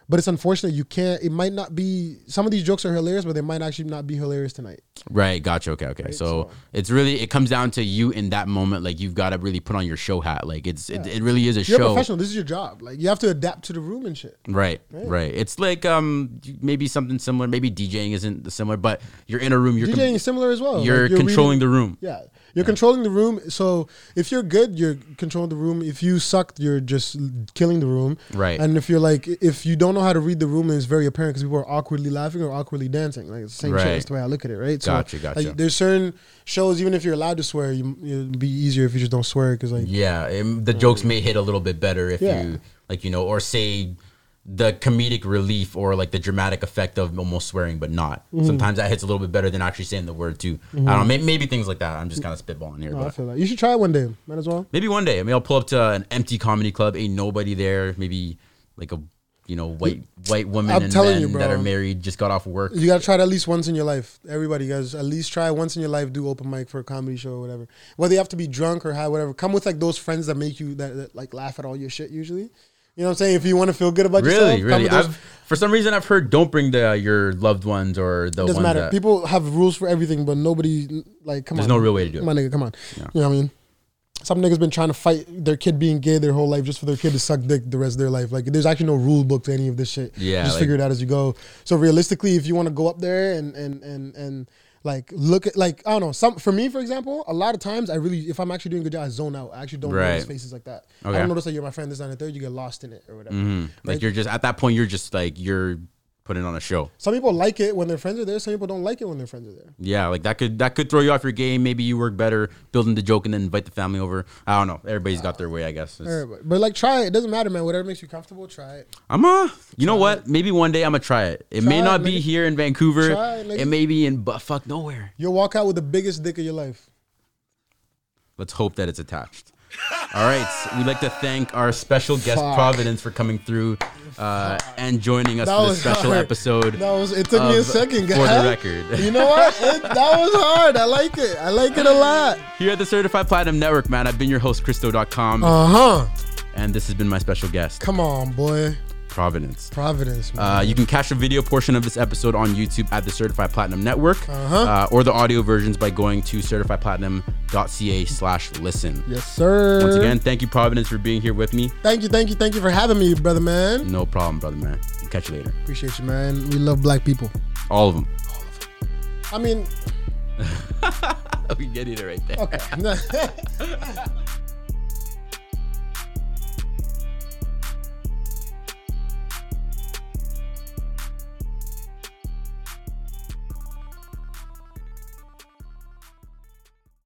[SPEAKER 1] but it's unfortunate you can't. It might not be. Some of these jokes are hilarious, but they might actually not be hilarious tonight.
[SPEAKER 2] Right, gotcha. Okay, okay. So,
[SPEAKER 1] so-
[SPEAKER 2] it's really it comes down to you in that moment. Like you've got to really put on your show hat. Like it's it, it really is a
[SPEAKER 1] You're a
[SPEAKER 2] show.
[SPEAKER 1] professional. This is your job. Like you have to adapt to the room and shit.
[SPEAKER 2] Right, right, It's like um maybe something similar. Maybe DJing isn't similar, but you're in a room. You're com-
[SPEAKER 1] DJing is similar as well.
[SPEAKER 2] you're,
[SPEAKER 1] Like, reading-
[SPEAKER 2] controlling the room.
[SPEAKER 1] Yeah, you're controlling the room. So if you're good, you're controlling the room. If you suck, you're just l- killing the room.
[SPEAKER 2] Right.
[SPEAKER 1] And if you're like, if you don't know how to read the room, then it's very apparent because people are awkwardly laughing or awkwardly dancing. Like it's the same
[SPEAKER 2] Right.
[SPEAKER 1] shit. That's the way I look at it. Right.
[SPEAKER 2] Gotcha, gotcha.
[SPEAKER 1] Like, there's certain shows, even if you're allowed to swear, you, it'd be easier if you just don't swear because like
[SPEAKER 2] Yeah, and the jokes may hit a little bit better if
[SPEAKER 1] Yeah.
[SPEAKER 2] you like you know, or say the comedic relief or like the dramatic effect of almost swearing but not.
[SPEAKER 1] Mm-hmm.
[SPEAKER 2] Sometimes that hits a little bit better than actually saying the word too. I don't know, maybe, maybe things like that. I'm just kind of spitballing here.
[SPEAKER 1] no, oh, I
[SPEAKER 2] but.
[SPEAKER 1] feel like you should try it one day. Might as well.
[SPEAKER 2] Maybe one day. I mean, I'll pull up to an empty comedy club, ain't nobody there. Maybe like a you know white white woman
[SPEAKER 1] I'm
[SPEAKER 2] and
[SPEAKER 1] telling
[SPEAKER 2] men
[SPEAKER 1] you, bro.
[SPEAKER 2] that are married just got off work.
[SPEAKER 1] You gotta try it at least once in your life. Everybody, you guys, at least try once in your life. Do open mic for a comedy show or whatever. Whether you have to be drunk or high, whatever. Come with like those friends that make you that, that like laugh at all your shit. Usually, you know what I'm saying. If you want to feel good about yourself,
[SPEAKER 2] Really,
[SPEAKER 1] come
[SPEAKER 2] really.
[SPEAKER 1] with those-
[SPEAKER 2] I've, for some reason, I've heard don't bring the your loved ones or the
[SPEAKER 1] doesn't
[SPEAKER 2] ones
[SPEAKER 1] matter.
[SPEAKER 2] that
[SPEAKER 1] People have rules for everything, but nobody like come
[SPEAKER 2] There's
[SPEAKER 1] on.
[SPEAKER 2] no real way to do it.
[SPEAKER 1] My nigga, come on. You know what I mean? Some niggas been trying to fight their kid being gay their whole life just for their kid to suck dick the rest of their life. Like, there's actually no rule book to any of this shit.
[SPEAKER 2] Yeah,
[SPEAKER 1] you just
[SPEAKER 2] like-
[SPEAKER 1] figure it out as you go. So realistically, if you want to go up there and and and and like look at like I don't know some for me for example, a lot of times I really if I'm actually doing a good job, I zone out. I actually don't
[SPEAKER 2] Right.
[SPEAKER 1] notice faces like that.
[SPEAKER 2] Okay. Mm-hmm.
[SPEAKER 1] I don't notice that you're my friend this and the third. You get lost in it or whatever.
[SPEAKER 2] like you're just at that point. You're just like you're putting on a show.
[SPEAKER 1] Some people like it when their friends are there. Some people don't like it when their friends are there.
[SPEAKER 2] Yeah, like that could that could throw you off your game. Maybe you work better building the joke and then invite the family over. I don't know. Everybody's got their way, I guess. It's-
[SPEAKER 1] Everybody. But like, try it. It doesn't matter, man. Whatever makes you comfortable, try it.
[SPEAKER 2] I'm a. You know what? Maybe one day I'm gonna try it. It may
[SPEAKER 1] Try it,
[SPEAKER 2] not be
[SPEAKER 1] nigga.
[SPEAKER 2] here in Vancouver.
[SPEAKER 1] Try it, nigga.
[SPEAKER 2] it may be in but fuck nowhere.
[SPEAKER 1] You'll walk out with the biggest dick of your life.
[SPEAKER 2] Let's hope that it's attached. All right, we'd like to thank our special guest
[SPEAKER 1] Fuck.
[SPEAKER 2] Providence for coming through uh, and joining us
[SPEAKER 1] That
[SPEAKER 2] for this
[SPEAKER 1] was
[SPEAKER 2] special
[SPEAKER 1] hard.
[SPEAKER 2] episode.
[SPEAKER 1] That was. It took me a
[SPEAKER 2] Of-
[SPEAKER 1] second, guys.
[SPEAKER 2] for the
[SPEAKER 1] <laughs>
[SPEAKER 2] record.
[SPEAKER 1] you know what? It, that was hard. I like it. I like it a lot.
[SPEAKER 2] Here at the Certified Platinum Network, man, I've been your host, Christo.com,
[SPEAKER 1] Uh huh.
[SPEAKER 2] and this has been my special guest,
[SPEAKER 1] Come on, boy.
[SPEAKER 2] Providence.
[SPEAKER 1] Providence, man.
[SPEAKER 2] Uh, you can catch a video portion of this episode on YouTube at the Certified Platinum Network,
[SPEAKER 1] Uh-huh.
[SPEAKER 2] uh, or the audio versions by going to certifiedplatinum.ca/slash listen.
[SPEAKER 1] yes, sir.
[SPEAKER 2] Once again, thank you, Providence, for being here with me.
[SPEAKER 1] thank you, thank you, thank you for having me, brother, man.
[SPEAKER 2] No problem, brother, man. Catch you later.
[SPEAKER 1] Appreciate you, man. We love black people.
[SPEAKER 2] All of them. <laughs>
[SPEAKER 1] I mean,
[SPEAKER 2] we get it right there.
[SPEAKER 1] okay. <laughs>